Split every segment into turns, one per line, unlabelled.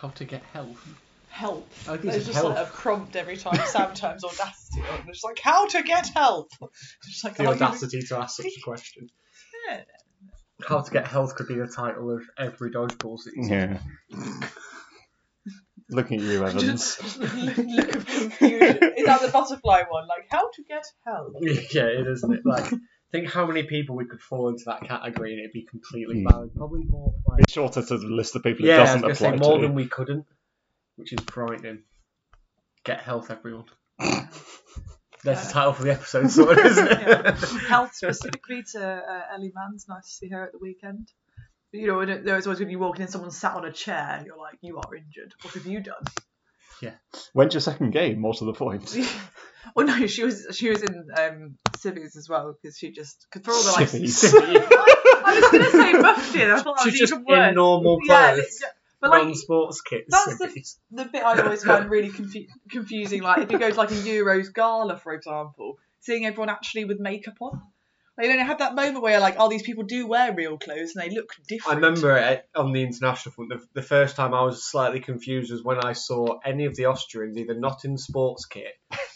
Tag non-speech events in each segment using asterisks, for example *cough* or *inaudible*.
how to get help.
help.
Oh, these
There's
are
just like a prompt every time
*laughs*
Sam times audacity on. It's just like how to get help. *laughs* It's just like
The
"Are you-
audacity to ask such a question.
Yeah.
How to get health could be the title of every dodgeball season.
Yeah. Looking at you, Evans.
Just look of confusion. Is that the butterfly one? Like how to get help?
*laughs* yeah, it is, isn't it? Like, think how many people we could fall into that category and it'd be completely
Hmm.
valid. Probably more like.
It's shorter to the list of people it
yeah, I was
doesn't
gonna say
apply
more
to.
than we couldn't, which is frightening. Get health,
*laughs*
everyone. That's the title for the episode, sort of, isn't
Yeah.
it?
*laughs*
*laughs*
Health specifically to uh, Ellie Mann's. Nice to see her at the weekend. But, You know, I don't- there's always when you walk in and someone sat on a chair, you're like, you are injured. What have you done? *laughs*
When's your second game? More to the point.
well, no, she was she was in um, civvies as well because she just because for all the like
Civvies.
I was gonna say buffed in. I thought that
She's
was
just
even worse.
in normal
yeah,
clothes,
yeah, but like
non-sports kits.
that's the-
civvies.
the bit I always find really confu- confusing, like if you go to like a Euros gala, for example, seeing everyone actually with makeup on. Like, you don't have that moment where you're like, oh, these people do wear real clothes and they look
I
different.
remember it on the international front. The, the first time I was slightly confused was when I saw any of the Austrians either not in sports kit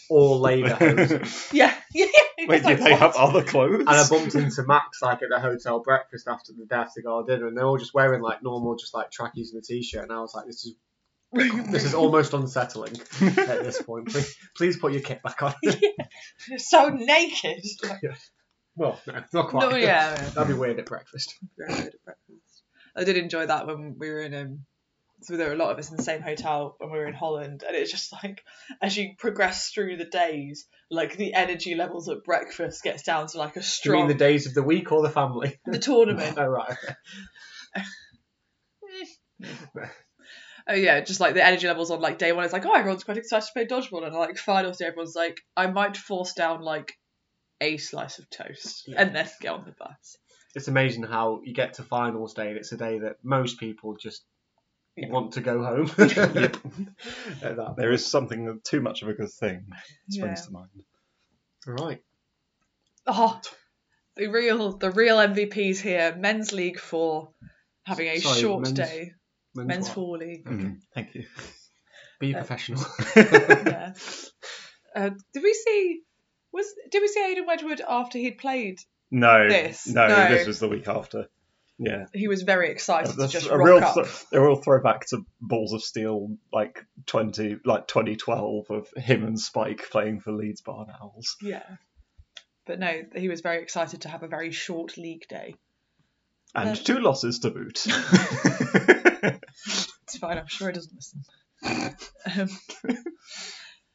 or *laughs*
*laughs*
labour hose. and
Yeah. *laughs*
Wait,
It's
*laughs*
do
like,
they have
what?
other clothes?
I bumped into Max like at the hotel breakfast after the day after our dinner, and they're all just wearing like normal, just like trackies and a t-shirt. And I was like, this is this is almost unsettling at this point. Please, please put your kit back on. *laughs*
You're *laughs* so naked. Like,
well, no, not quite.
no, yeah.
That'd be weird at breakfast.
very good at breakfast. I did enjoy that when we were in um so there were a lot of us in the same hotel when we were in Holland and it's just like as you progress through the days, like the energy levels at breakfast gets down to like
Do
a
you mean
strong
the days of the week or the family? *laughs*
the tournament.
oh right. okay.
Oh yeah, just like the energy levels on like day one, it's like, oh everyone's quite excited to play dodgeball and like final day everyone's like, I might force down like a slice of toast
Yeah.
and then get on the bus.
It's amazing how you get to finals day and it's a day that most people just
Yeah.
want to go home. At that.
*laughs* There is something too much of a good thing springs to mind.
*laughs* Right.
Oh, the real the real MVPs here. Men's League Four having a
Sorry,
short
men's-
day.
Men's
Men's
what?
Four
*laughs*
League.
Mm, Thank you.
Be
Uh,
professional.
yeah. Uh, did we see? Was did we see Aidan Wedgwood after he'd played?
No,
This.
no,
No.
this was the week after. Yeah,
He was very excited to
That's
just
a
rock
real,
up.
th- a real throwback to Balls of Steel, like twenty, like twenty twelve, of him and Spike playing for Leeds Barn Owls.
yeah. But no, he was very excited to have a very short league day.
and
Uh,
two losses to *laughs* boot.
It's fine. I'm sure he doesn't listen. *laughs* um,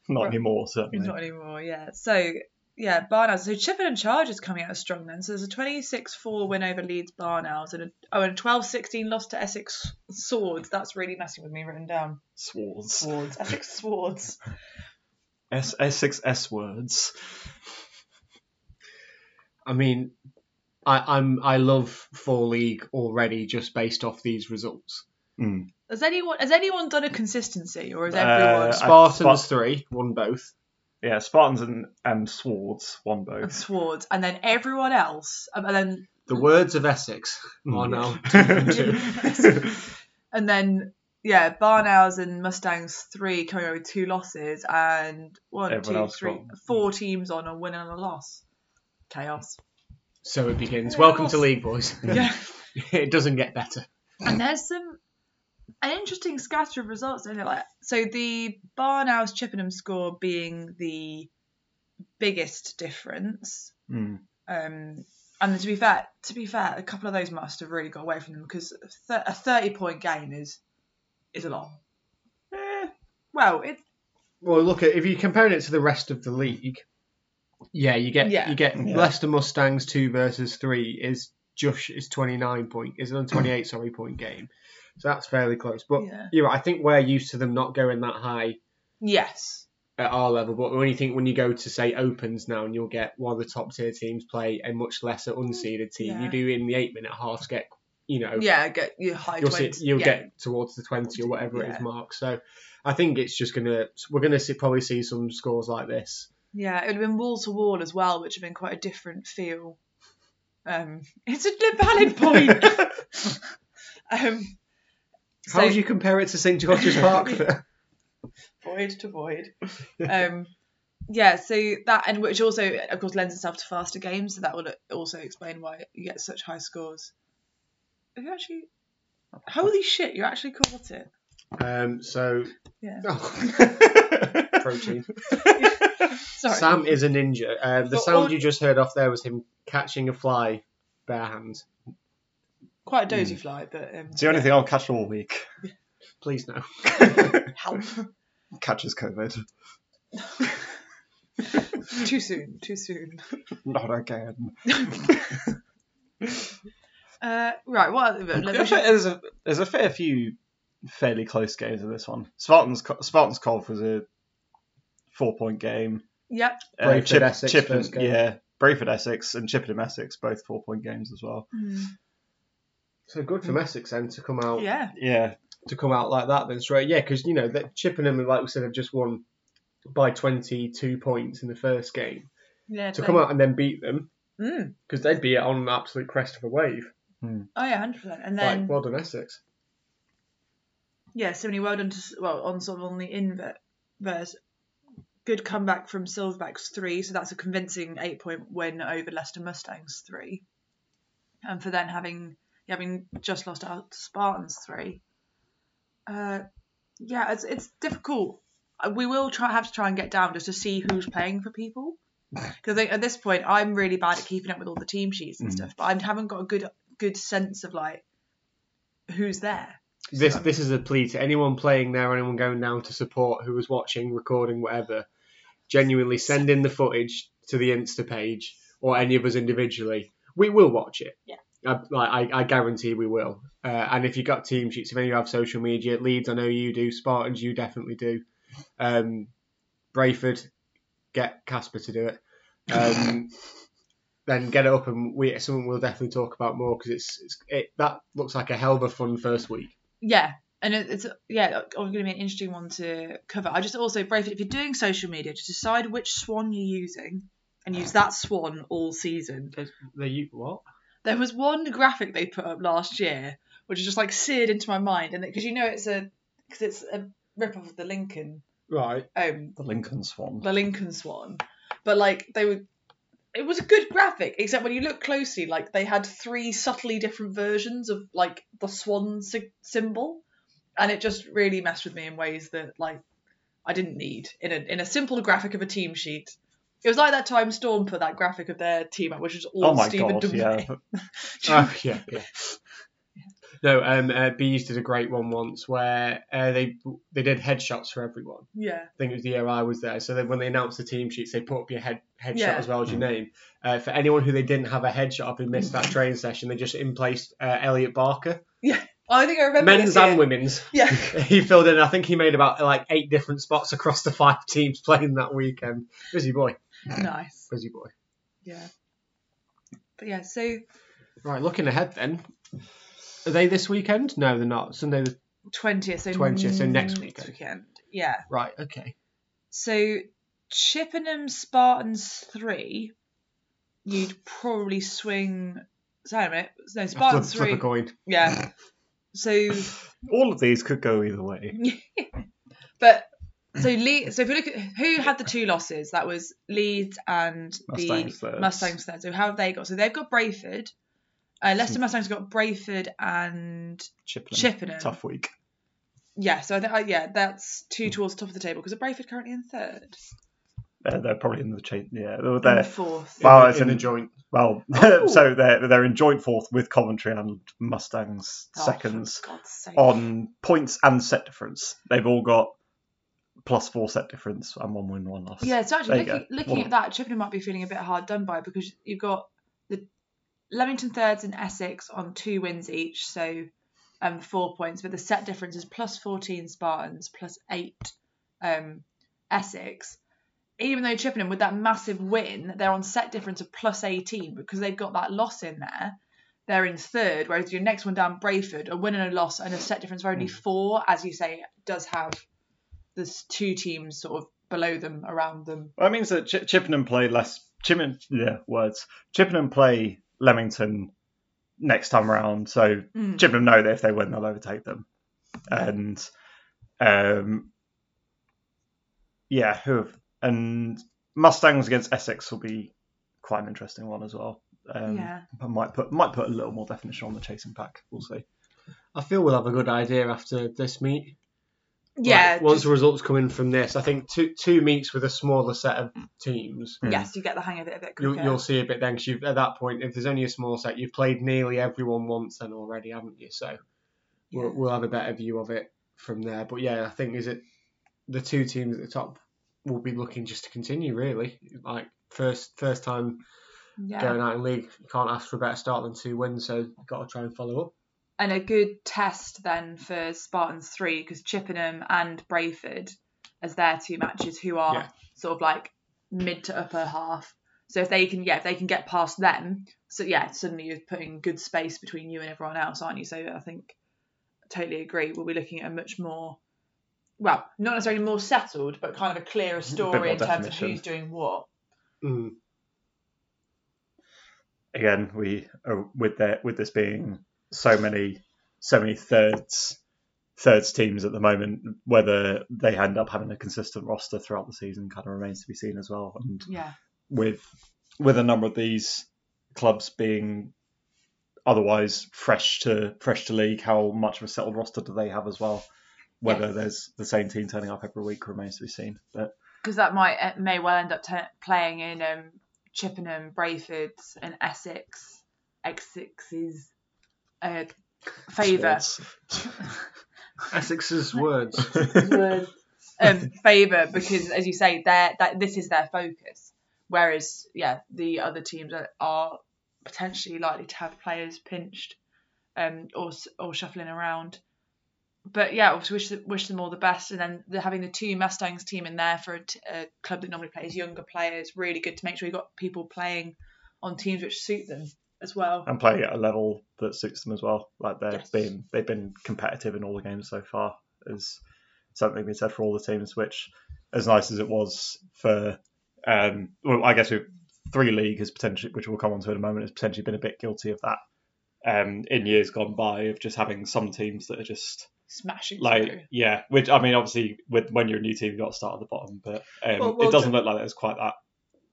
Not
Right.
anymore, certainly.
Not anymore, yeah. So, yeah, Barnhouse. So, Chippen and Charge is coming out as strong then. So, there's a 26 4 win over Leeds Barnhouse and a, oh, and a 12 16 loss to Essex Swords. That's really messing with me written down.
Swords.
Swords. Essex Swords.
S Essex S words.
I mean, I, I'm I love four league already just based off these results.
Mm.
Has anyone has anyone done a consistency or is
Uh,
everyone
I-
Spartans
Spart-
three, won both.
Yeah, Spartans and, and Swords won
and
*laughs* both.
Swords and then everyone else um, and then
The words of Essex are now
*laughs*
and then yeah Barnhouse and Mustangs three coming out with two losses and one
Everyone
two
else
three four
got-
teams on a win and a loss.
*laughs*
Chaos.
So it begins.
Yeah,
Welcome to
well-
League Boys.
Yeah.
*laughs* it doesn't get better.
And there's some an interesting scatter of results, isn't it? Like so the Barnhouse Chippenham score being the biggest difference.
Mm.
Um and to be fair, to be fair, a couple of those must have really got away from them because a thir- a thirty-point game is is a lot. Eh, well, it
Well, look at if you compare it to the rest of the league. Yeah, you get
Yeah.
you get
Yeah.
Leicester Mustangs two versus three is just is twenty nine point is on twenty eight sorry point game, so that's fairly close. But
Yeah.
you're right. I think we're used to them not going that high
yes,
at our level. But when you think when you go to say opens now and you'll get one of the top tier teams play a much lesser unseeded team,
Yeah.
you do in the eight minute halves get you know
yeah, get you high
you'll see,
20s,
you'll
yeah.
get towards the 20 or whatever it
Yeah.
is mark so i think it's just gonna we're gonna see, probably see some scores like
*laughs*
this
Yeah, it would have been wall to wall as well, which would have been quite a different feel.
*laughs*
Um, it's a valid point. um,
How
So-
would you compare it to St George's
*laughs*
Park? fair?
void to void. Um, yeah, so that and which also, of course, lends itself to faster games. So that will also explain why you get such high scores. Have you actually? Holy shit! You actually caught it.
Um, so oh,
Yeah. *laughs*
protein.
Sorry.
Sam is a ninja. Uh, the
But
sound
all-
you just heard off there was him catching a fly bare hands.
Quite a dozy fly, but um,
Hmm. it's the only thing I'll catch all week.
Please no.
help.
*laughs* Catches COVID. *laughs*
too soon. Too soon. *laughs*
Not again.
Uh, right. What? Other, let me
There's *laughs*
show-
a, there's a there's a fair few fairly close games in this one. Spartans Co- Spartans Cove was a four point game.
yep.
Brayford Essex
Chippen-
first game.
yeah, Brayford Essex and Chippenham Essex both four point games as well.
Hmm.
So good for Essex then to come
Oh.
out
Yeah.
Yeah,
to come out like that then straight. Yeah, because you know that Chippenham, like we said, have just won by 22 points in the first game
Yeah.
to
totally.
come out and then beat them
Mm.
because they'd be on an absolute crest of a wave.
Oh yeah, hundred percent. And then
Like well done Essex.
yeah, so many well done to well on sort of on the inverse. Good comeback from Silverbacks three, so that's a convincing eight point win over Leicester Mustangs three, and for then having having just lost out to Spartans three. Uh, yeah, it's it's difficult. Uh, We will try have to try and get down just to see who's playing for people, because at this point I'm really bad at keeping up with all the team sheets and
Mhm.
stuff, but I haven't got a good good sense of like who's there.
This this is a plea to anyone playing there, anyone going down to support who was watching, recording, whatever. Genuinely send in the footage to the Insta page or any of us individually. We will watch it.
Yeah.
I, like, I, I guarantee we will. Uh, and if you've got team sheets, if any of you have social media, Leeds, I know you do. Spartans, you definitely do. Um, Brayford, get Casper to do it. Um, then get it up, and we someone will definitely talk about more because it's, it's it that looks like a hell of a fun first week.
yeah and it, it's yeah going to be an interesting one to cover i just also brave if you're doing social media just decide which swan you're using and use that swan all season
There's, there you what?
there was one graphic they put up last year which is just like seared into my mind and because you know it's a because it's a rip off of the lincoln
Right.
um
the Lincoln Swan.
the lincoln swan but like they were it was a good graphic except when you look closely like they had three subtly different versions of like the swan sy- symbol and it just really messed with me in ways that like I didn't need in a in a simple graphic of a team sheet. It was like that time Storm put that graphic of their team up, which is all
Oh my
Stephen
god, yeah.
Dumbay.
*laughs* Oh yeah, yeah. No, um, uh, Bees did a great one once where uh, they they did headshots for everyone.
*laughs* yeah.
I think it was the year I was there. So then when they announced the team sheets, they put up your head headshot
Yeah.
as well as your name. Uh, for anyone who they didn't have a headshot of who missed that training session, they just in placed uh, Elliot Barker,
Oh, I think I remember.
men's
this
and
year.
women's. *laughs*
Yeah. *laughs*
He filled in. I think he made about like eight different spots across the five *laughs* teams playing that weekend. Busy boy,
nice.
busy boy.
Yeah. But yeah, so
Right, looking ahead then. Are they this weekend? No, they're not. Sunday. The...
twentieth. So
20th, so next weekend.
weekend. Yeah.
Right. Okay.
So Chippenham Spartans three, you'd probably swing. Sorry a minute. No,
Flip-
*laughs*
Spartans
flip a
three.
coin.
Yeah. So,
All of these could go either way.
but so Le- So if we look at who had the two losses, that was Leeds and
Mustangs
the
third.
Mustangs third. So how have they got? So they've got Brayford. Uh,
Hmm.
Leicester Mustangs got Brayford and
Chippenham.
Chippenham.
Tough week.
yeah. So I think uh, yeah, that's two towards the top of the table because Brayford currently in third,
They're, they're probably in the chain. Yeah, they were
And
there.
fourth.
Wow,
in,
it's
the- in
an-
the joint.
Well,
Oh.
*laughs* so they're they're in joint fourth with Coventry and Mustangs
Oh, for
seconds
God's sake.
on points and set difference. They've all got plus four set difference and one win, one loss.
Yeah, so
There
actually
you
looking,
go.
looking
Well-
at that, Chippenham might be feeling a bit hard done by because you've got the Leamington thirds and Essex on two wins each, so um four points, but the set difference is plus fourteen Spartans, plus eight um Essex. Even though Chippenham with that massive win, they're on set difference of plus eighteen because they've got that loss in there. They're in third, whereas your next one down, Brayford, a win and a loss and a set difference of only
Hmm.
four, as you say, does have there's two teams sort of below them, around them.
Well, that means that Ch- Chippenham play less. Chippenham, yeah, words. Chippenham play Leamington next time round. So
Mm.
Chippenham know that if they win, they'll overtake them. and um, yeah, who have, and Mustangs against Essex will be quite an interesting one as well. Um,
yeah.
I might put might put a little more definition on the chasing pack. We'll see.
I feel we'll have a good idea after this meet. Like,
Yeah.
once
just-
the results come in from this, I think two two meets with a smaller set of teams.
Hmm.
yes, you get the hang of it a bit
You'll,
quicker.
you'll see a bit then, because at that point, if there's only a small set, you've played nearly everyone once then already, haven't you? So we'll,
Yeah.
we'll have a better view of it from there. But yeah, I think is it the two teams at the top will be looking just to continue really. Like first first time
yeah.
going out in league, you can't ask for a better start than two wins, so you've got to try and follow up.
and a good test then for Spartans three because Chippenham and Brayford as their two matches who are
Yeah.
sort of like mid to upper half. So if they can yeah if they can get past them, so yeah suddenly you're putting good space between you and everyone else, aren't you? So I think I totally agree. We'll be looking at a much more well, not necessarily more settled, but kind of a clearer
more
story in terms of
definition.
who's doing what.
Mm.
Again, we are, with that with this being so many so many thirds thirds teams at the moment, whether they end up having a consistent roster throughout the season kind of remains to be seen as well. And
Yeah.
with with a number of these clubs being otherwise fresh to fresh to league, how much of a settled roster do they have as well? Whether
Yes.
there's the same team turning up every week remains to be seen. But
because that might it may well end up t- playing in um, Chippenham, Brayford's, and Essex, Essex's uh, favour.
Essex's *laughs* words.
Words. um, favour because, as you say, they're, that this is their focus. Whereas, yeah, the other teams are, are potentially likely to have players pinched um, or s- or shuffling around. But yeah, obviously wish th- wish them all the best, and then the, having the two Mustangs team in there for a, t- a club that normally plays younger players really good to make sure you have got people playing on teams which suit them as well.
and playing at a level that suits them as well. Like they've
Yes.
been they've been competitive in all the games so far. Is something we said for all the teams, which as nice as it was for, um, well, I guess we've, three league has potentially, which we'll come on to in a moment, has potentially been a bit guilty of that. Um, in years gone by, of just having some teams that are just
Smashing through.
like, yeah, which I mean, obviously, with when you're a new team, you've got to start at the bottom, but um,
Well, well,
it doesn't look like it's quite that.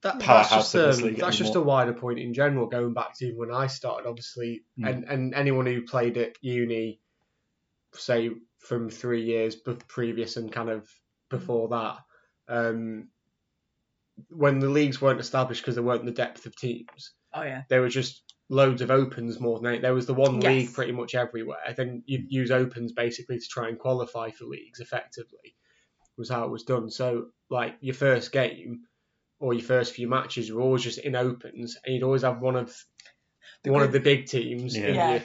That, that's
Powerhouse
just,
of this
um,
league
that's just a
anymore.
wider point in general, going back to even when I started, obviously,
Mm.
and, and anyone who played at uni, say, from three years be- previous and kind of before that, um, when the leagues weren't established because there weren't the depth of teams,
Oh yeah,
there were just loads of opens more than any- there was the one
Yes.
league pretty much everywhere. Then you'd use opens basically to try and qualify for leagues effectively, was how it was done. So like your first game or your first few matches were always just in opens, and you'd always have one of one of the big teams. in
Yeah.
your-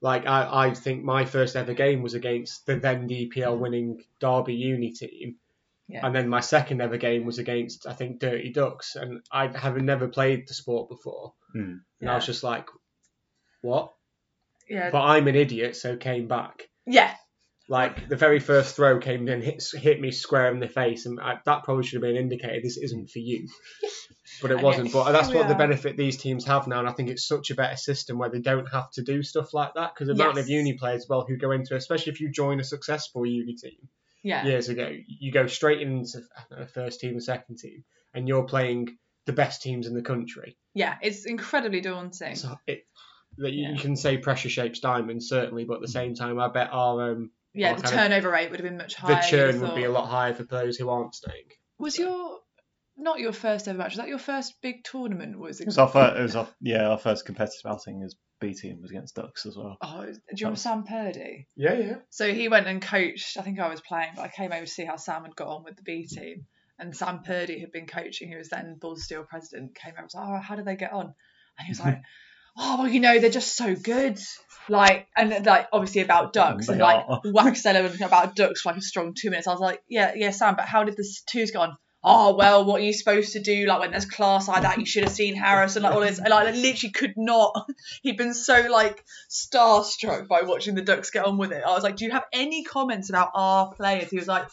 like I, I think my first ever game was against the then DPL winning Derby Uni team.
Yeah.
And then my second ever game was against I think Dirty Ducks, and I having never played the sport before,
Mm.
and I was just like, "What?"
yeah,
But I'm an idiot, so came back.
yeah.
Like the very first throw came and hit hit me square in the face, and I, that probably should have been an indicator this isn't for
*laughs*
you. But it
And
wasn't.
yet
But that's
here we
what the
are.
benefit these teams have now, and I think it's such a better system where they don't have to do stuff like that because the amount of
Yes.
uni players well who go into, especially if you join a successful uni team
yeah.
years ago, you go straight into I don't know, first team, second team, and you're playing the best teams in the country.
Yeah, it's incredibly daunting.
So it, that you,
Yeah.
you can say pressure shapes diamonds certainly, but at the same time, I bet our um,
yeah,
or
the
kind of-
turnover rate would have been much higher.
the
you'd have
churn would be a
thought.
lot higher for those who aren't staying.
Was your not your first ever match? Was that your first big tournament? Was
It
it?
was our first, it was our, yeah, our first competitive outing as B team was against Ducks as well.
Oh, do you remember Sam Purdy?
Yeah, yeah.
So he went and coached. I think I was playing, but I came over to see how Sam had got on with the B team. And Sam Purdy had been coaching, who was then Bull Steel president, came over and was like, Oh, how did they get on? And he was
*laughs*
like, Oh, well, you know, they're just so good. Like, and like, obviously about ducks, and
They
like,
are.
wax element about ducks for like a strong two minutes. I was like, Yeah, yeah, Sam, but how did this two's go on? Oh, well, what are you supposed to do? Like, when there's class like that, you should have seen Harris and like all this. And like, I literally could not. He'd been so like starstruck by watching the Ducks get on with it. I was like, "Do you have any comments about our players?" He was like,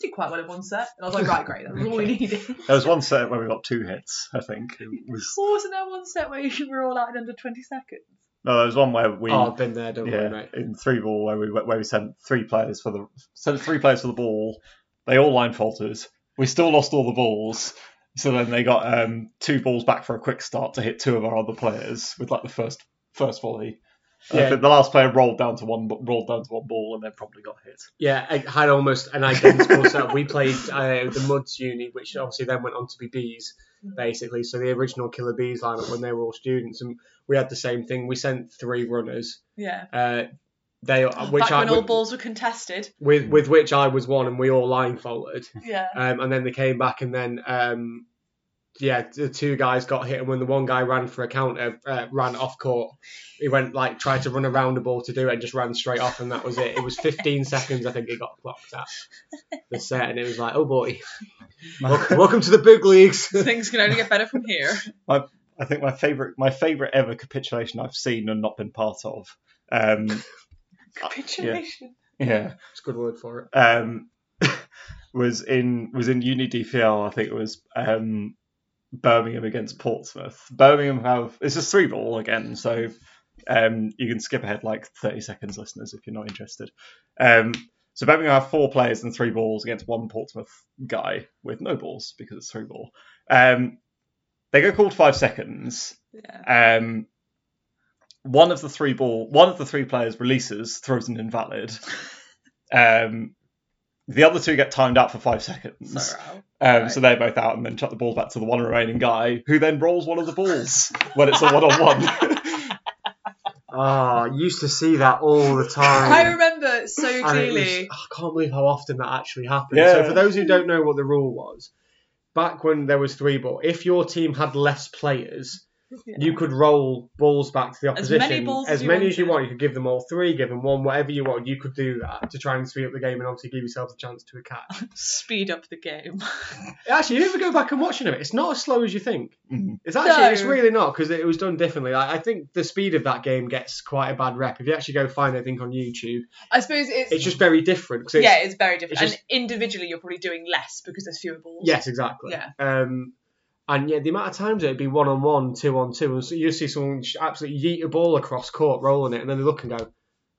"Did quite well in one set," and I was like, "Right, great, that's all we needed."
There was one set where we got two hits, I think. It was
Or wasn't there one set where you were all out in under twenty seconds?
No, there was one where we
oh, I've been there, don't worry,
yeah
mate.
in three ball where we where we sent three players for the sent three players for the ball. They all line falters. We still lost all the balls. So then they got um, two balls back for a quick start to hit two of our other players with like the first first volley. And I
Yeah.
think the last player rolled down to one rolled down to one ball and then probably got hit.
Yeah, I had almost an identical setup. We played uh, the Muds Uni, which obviously then went on to be Bees, basically. So the original Killer Bees lineup when they were all students, and we had the same thing. We sent three runners.
Yeah.
Uh, they which
Back
I
when all balls were contested.
with with which I was one, and we all line folded.
Yeah.
*laughs*
*laughs*
Um, and then they came back, and then um, yeah, the two guys got hit, and when the one guy ran for a counter, uh, ran off court, he went like tried to run around the ball to do it, and just ran straight off, and that was it. It was 15 seconds, I think, it got clocked at the set, and it was like, oh boy, welcome, welcome to the big leagues. *laughs*
Things can only get better from here.
*laughs*
Uh,
I think my favorite my favorite ever capitulation I've seen and not been part of. Um,
*laughs* Capitulation.
yeah,
It's a good word for it.
um, *laughs* was in was in Uni DPL. I think it was um, Birmingham against Portsmouth. Birmingham have it's just three ball again, so um, you can skip ahead like thirty seconds, listeners, if you're not interested. Um, so Birmingham have four players and three balls against one Portsmouth guy with no balls because it's three ball. Um, they go called five seconds.
Yeah.
Um, one of the three ball, one of the three players releases, throws an *laughs* invalid. Um, the other two get timed out for five seconds.
Sorry, Al.
Um, So they're both out and then chuck the ball back to the one remaining guy who then rolls one of the *laughs* balls when it's a one on *laughs* one.
Ah, I used to see that all *laughs* the time.
I remember so
And it was-
clearly.
I can't believe how often that actually happened. So
Yeah.
for those who don't know what the rule was, back when there was three ball, if your team had less players,
Yeah.
*laughs* you could roll balls back to the
As
opposition.
many balls as
as
you
many as you
wanted.
want. You could give them all three, give them one, whatever you want. You could do that to try and speed up the game and obviously give yourself a chance to
*laughs*
attack.
Speed up the game. *laughs*
actually, you ever go back and watch it? It's not as slow as you think.
Mhm.
It's actually,
No.
it's really not because it was done differently. Like, I think the speed of that game gets quite a bad rep. If you actually go find that thing on YouTube,
I suppose it's,
it's just very different. 'cause it's-
yeah, it's very different.
it's
and individually, you're probably doing less because there's fewer balls.
Yes, exactly.
Yeah.
Um, and yeah, the amount of times it'd be one on one, two on two, and so you see someone just absolutely yeet a ball across court, rolling it, and then they look and go,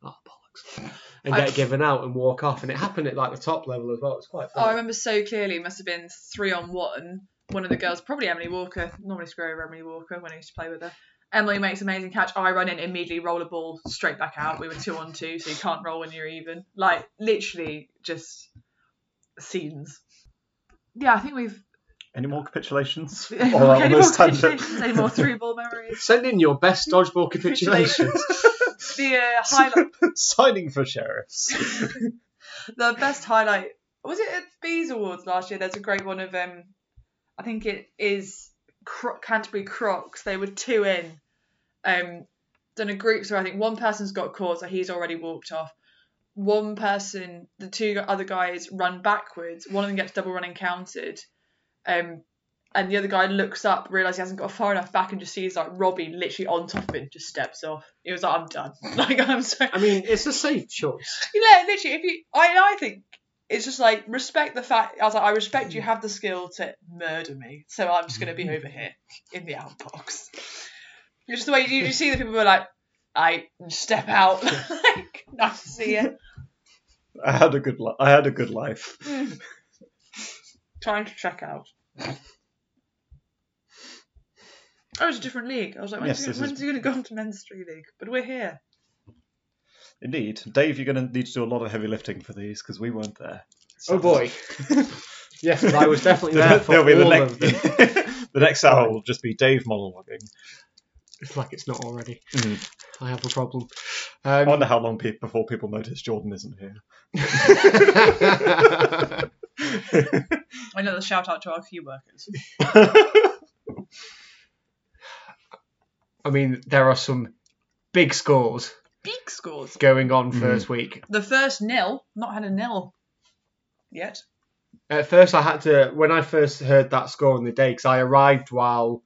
"Oh bollocks," and get
I-
given out and walk off. And it happened at like the top level as well. It's quite.
Oh, I
Funny.
remember so clearly. It must have been three on one. One of the girls, probably Emily Walker, normally screw over Emily Walker when I used to play with her. Emily makes amazing catch. I run in, immediately roll a ball straight back out. We were two on two, so you can't roll when you're even. Like literally, just scenes. Yeah, I think we've *laughs*
Any more capitulations?
any
Or
more
on this tangent?
capitulations, any more three ball memories.
Send in your
*laughs*
best dodgeball capitulations.
The uh, highlight,
*laughs* Signing for sheriffs.
the best highlight was it at Bees Awards last year. There's a great one of um, I think it is Cro- Canterbury Crocs. They were two in, um, done a group. So I think one person's got caught, so he's already walked off. One person, the two other guys run backwards. One of them gets double running counted, um, and the other guy looks up, realizes he hasn't got far enough back, and just sees like Robbie literally on top of him, just steps off. He was like, "I'm done. *laughs* Like I'm so."
I mean, it's a safe choice.
Yeah, literally. If you, I, and I think it's just like respect the fact. I was like, I respect you
Mm.
have the skill to murder me, so I'm just gonna be
Mm-hmm.
over here in the outbox. It's just the way you, you see the people who are like, I step out, *laughs* like nice to see you,
I had a good li- I had a good life.
trying to check out. Oh, it's a different league. I was like, when's,
Yes,
it,
this
when's
is-
it going to go on to men's street league? But we're here.
Indeed, Dave, you're going to need to do a lot of heavy lifting for these because we weren't there.
Oh boy. *laughs* yes, I was *laughs* definitely there for
*laughs* There'll be the
all
next-
of *laughs* them.
*laughs* the next hour will just be Dave monologuing.
It's like it's not already.
Mm.
I have a problem.
I
Um,
wonder how long pe- before people notice Jordan isn't *laughs* here.
Another shout out to our key
*laughs*
workers.
*laughs* I mean, there are some big scores
Big scores.
going on first week.
The first nil, not had a nil yet.
At first, I had to when I first heard that score on the day because I arrived while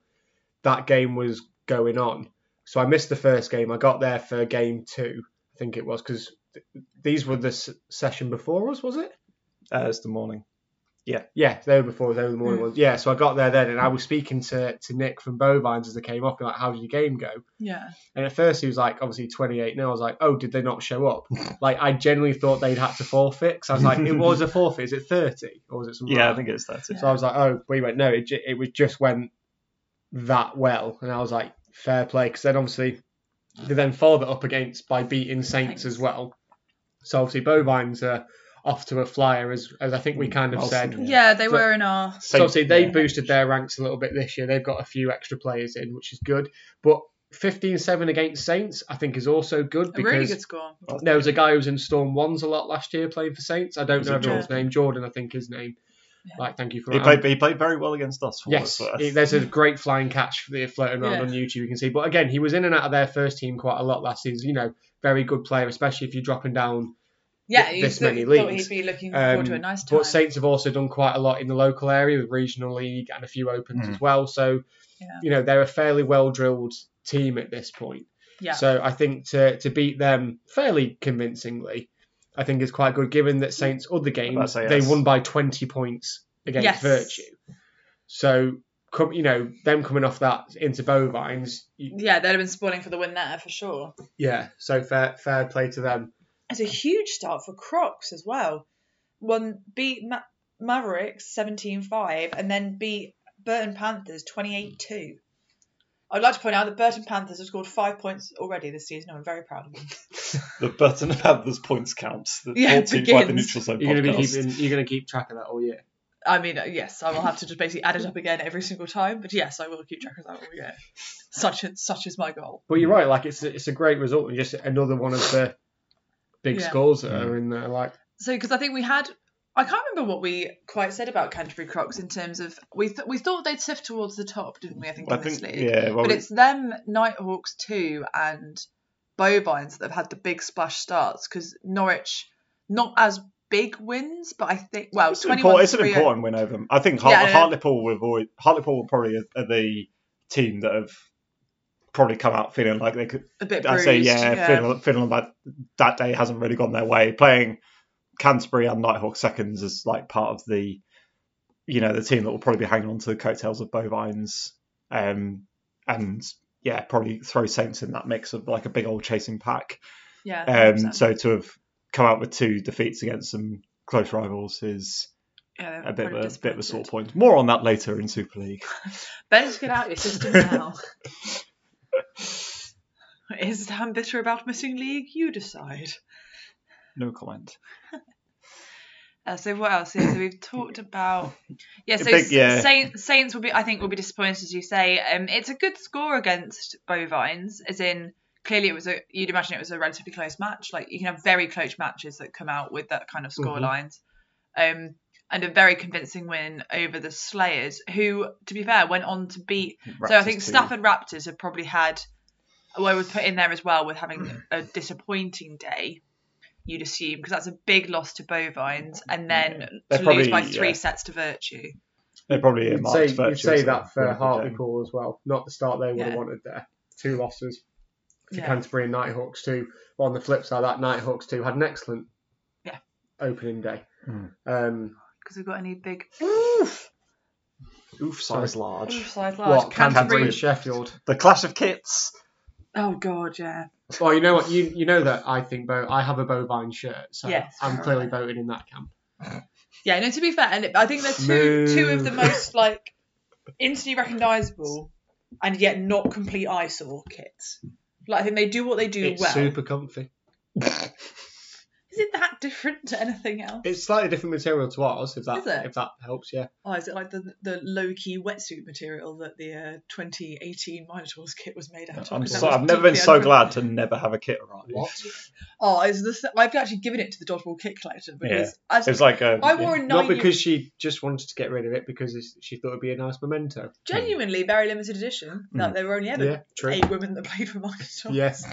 that game was going on, so I missed the first game. I got there for game two, I think it was, because th- these were the s- session before us, was it?
Uh, it's the morning.
Yeah, they were before they were the morning
Mm.
ones. Yeah, so I got there then, and I was speaking to, to Nick from Bovines as they came off, and like, how did your game go?
Yeah.
And at first he was like, obviously 28. Now I was like, oh, did they not show up? like I genuinely thought they'd had to forfeit. 'cause I was like, it was a forfeit. Is it 30 or was it something?
Yeah, I
like
think it's thirty.
that? So I was like, oh, we went no. It ju- it was just went that well, and I was like, fair play. Because then obviously they then followed it up against by beating Saints as well. So obviously Bovines are off to a flyer as as I think we kind of
Mm, Well,
said.
Yeah.
Yeah, they
So-
were in our.
So obviously they
yeah.
boosted their ranks a little bit this year. They've got a few extra players in, which is good. But 15-7 against Saints, I think, is also good
A
because
really good score.
there was a guy who was in Storm Ones a lot last year playing for Saints. I don't
Was
know
it
everyone's name. Jordan, I think his name.
Yeah.
Like, thank you for
He
that.
played, he played very well against us. For
Yes,
what it's worth.
he- there's a great flying catch for the floating around
Yeah.
on YouTube you can see. But again, he was in and out of their first team quite a lot last season. You know, very good player, especially if you're dropping down
Yeah,
th-
you
this
th-
many
thought
leagues.
he'd be looking forward to a
Um,
nice time.
But Saints have also done quite a lot in the local area with regional league and a few opens
Mm.
as well. So,
Yeah.
you know, they're a fairly well drilled team at this point.
yeah.
So I think to, to beat them fairly convincingly, I think is quite good given that Saints other games
say
they
yes.
won by 20 points against
Yes.
Virtue. So come, you know, them coming off that into Bovines, you,
yeah, they'd have been spoiling for the win there for sure.
yeah. So fair fair play to them.
It's a huge start for Crocs as well. One beat Ma- Mavericks 17-5 and then beat Burton Panthers 28-2. I'd like to point out that Burton Panthers have scored five points already this season. and I'm very proud of them.
The Burton Panthers points counts. The
Yeah,
yeah,
it
14 by the
begins.
neutral zone
You're gonna be
podcast.
keeping you're gonna keep track of that all year.
I mean, uh, yes, I will have to just basically add it up again every single time. But yes, I will keep track of that all year. Such, a, such is my goal.
But you're right, like it's a- it's a great result and just another one of the big
Yeah.
scores that are in there. Like
So, because I think we had, I can't remember what we quite said about Canterbury Crocs in terms of we th- we thought they'd sift towards the top, didn't we? I think
I
in this
think,
league.
yeah, well,
but it's them, Nighthawks too, and Bovines that have had the big splash starts because Norwich not as big wins, but I think well, uh,
it's, an
21
important, it's an
3
important win over them. I think Hart,
Yeah, yeah.
Hartlepool will avoid, Hartlepool will probably are the team that have probably come out feeling like they could.
A bit
I
bruised.
say yeah, Finland, Finland that that day hasn't really gone their way. Playing Canterbury and Nighthawk seconds is like part of the, you know, the team that will probably be hanging on to the coattails of Bovines, um, and yeah, probably throw Saints in that mix of like a big old chasing pack.
yeah.
Um,
100%.
so to have come out with two defeats against some close rivals is
Yeah, they're
a bit of
probably
a, bit of a sore
disappointed.
point. More on that later in Super League.
Ben's get out your
*laughs*
system now. *laughs* Is Sam bitter about missing league? You decide.
No comment.
Uh, so what else? Yeah, so we've
*coughs*
talked about yeah. So
big- yeah.
Saints, Saints will be, I think, will be disappointed as you say. Um, it's a good score against Bovines, as in clearly it was a. You'd imagine it was a relatively close match. Like you can have very close matches that come out with that kind of
Mm-hmm.
score
Mhm.
lines. Um, and a very convincing win over the Slayers, who, to be fair, went on to beat so I
Raptors
think
two.
Stafford Raptors have probably had, well, was put in there as well with having a
Mm.
disappointing day, you'd assume, because that's a big loss to
Mm.
Bovines, and then
They're
to lose
probably-
by three
yeah.
sets to Virtue.
They're probably
you'd
earmarked
say, you'd
virtues
say
of
that
the
for
game.
Hartlepool as well. Not the start they would have
Yeah.
wanted there. Two losses. to
Yeah.
Canterbury and Nighthawks too. But on the flip side, that Nighthawks too had an excellent
Yeah.
opening day.
Mm.
Um,
Because we've got any big
oof, oof, size
oof,
large.
size large
What Canterbury
Oh, Canterbury.
and Sheffield?
The clash of kits.
Oh god, yeah.
Well, you know what? You you know that I think Bo. I have a bovine shirt, so
Yes.
I'm clearly voting in that camp.
Yeah, no, to be fair, and it- I think they're two two of
*laughs*
the most like instantly recognisable and yet not complete eyesore kits. Like I think they do what they do
It's
well.
super comfy.
Is it that different to anything else?
It's slightly different material to ours, if that
Is it?
if that helps. Yeah.
Oh, is it like the the low key wetsuit material that the uh, 2018 Minotaurs kit was made out of?
I'm
'Cause that
so,
was
I've never been
deeply
so
unpre-
glad to never have a *laughs* kit arrive.
Oh, is this? I've actually given it to the dodgeball kit collector because I,
It was like um, a.
I wore a nine.
Not because she just wanted to get rid of it because it's, she thought it'd be a nice memento.
genuinely very limited edition that
Mm.
there were only ever
Yeah, true.
eight women that played for Minotaurs.
Yes.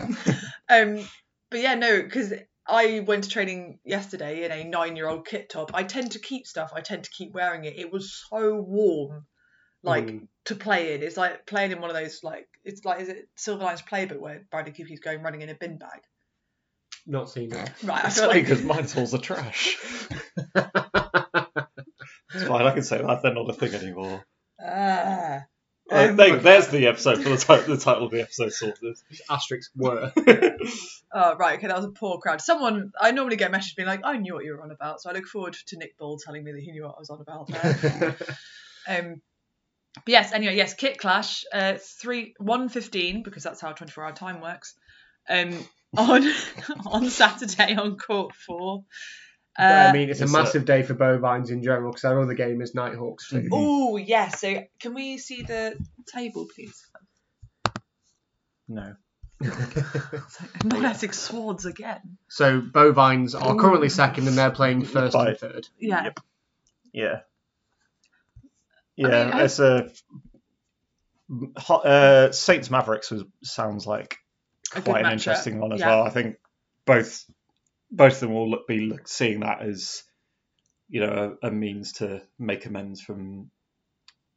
Um, but yeah, no, because I went to training yesterday in a nine-year-old kit top. I tend to keep stuff. I tend to keep wearing it. It was so warm, *laughs* like
Mm.
to play in. It's like playing in one of those like it's like is it Silver Linings Playbook where Bradley Cooper's going running in a bin bag?
not seen it.
Right, I
It's
feel
funny
like *laughs*
because mine's all the trash. It's fine, I can say that. They're not a thing *laughs* anymore.
Ah.
Uh,
Um,
there- there's the episode for the, ti- the title of the episode sorted.
Asterisks were.
*laughs*
*laughs*
Oh, right. Okay, that was a poor crowd. Someone, I normally get messages being like, I knew what you were on about. So I look forward to Nick Bull telling me that he knew what I was on about
*laughs*
there. um, but yes, anyway, yes, Kit Clash, uh, three, 1.15, because that's how 24 hour time works, um, *laughs* on on Saturday on Court 4. Uh,
But, I mean, it's a
It's a-
massive day for bovines in general because our other game is Nighthawks.
*laughs*
Fleet.
Mm-hmm.
oh, yeah. So can we see the table, *laughs* please?
No.
Noletic Swords again.
So bovines are currently second and they're playing first
Bye.
and third.
Yeah.
Yep. Yeah.
mean,
Yeah,
I-
it's a. Ho- Uh, Saints Mavericks was, sounds like
A good
quite an
matchup.
interesting one as
Yeah.
well. I think both both of them will look, be look, seeing that as you know a, a means to make amends from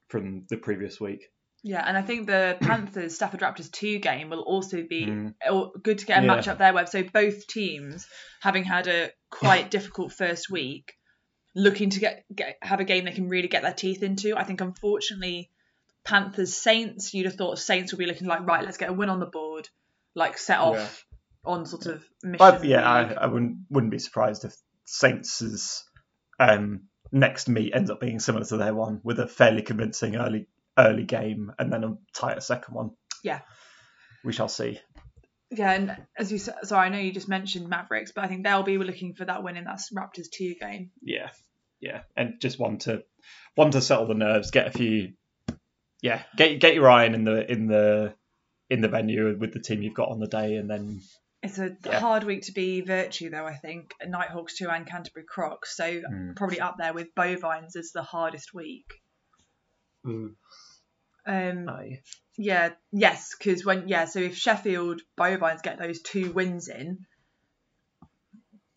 from the previous week.
Yeah, and I think the Panthers Stafford Raptors two game will also be
Mm.
or good to get a
Yeah.
match up there. Where so both teams, having had a quite difficult first week, looking to get, get have a game they can really get their teeth into. I think unfortunately, Panthers Saints. You'd have thought Saints would be looking like right, let's get a win on the board, like set off on sort of mission.
But yeah, I,
league.
I wouldn't wouldn't be surprised if Saints' um, next meet ends up being similar to their one with a fairly convincing early early game and then a tighter second one.
Yeah.
we shall see.
yeah, and as you said, sorry, I know you just mentioned Mavericks, but I think they'll be looking for that win in that Raptors two game.
yeah, yeah, and just one to one to settle the nerves, get a few, yeah, get get your iron in the in the in the venue with the team you've got on the day, and then
It's a
Yeah.
hard week to be Virtue, though, I think. Nighthawks 2 and Canterbury Crocs. So probably up there with Bovines as the hardest week.
Mm.
Um, yeah, yes, because when, yeah, so if Sheffield Bovines get those two wins in,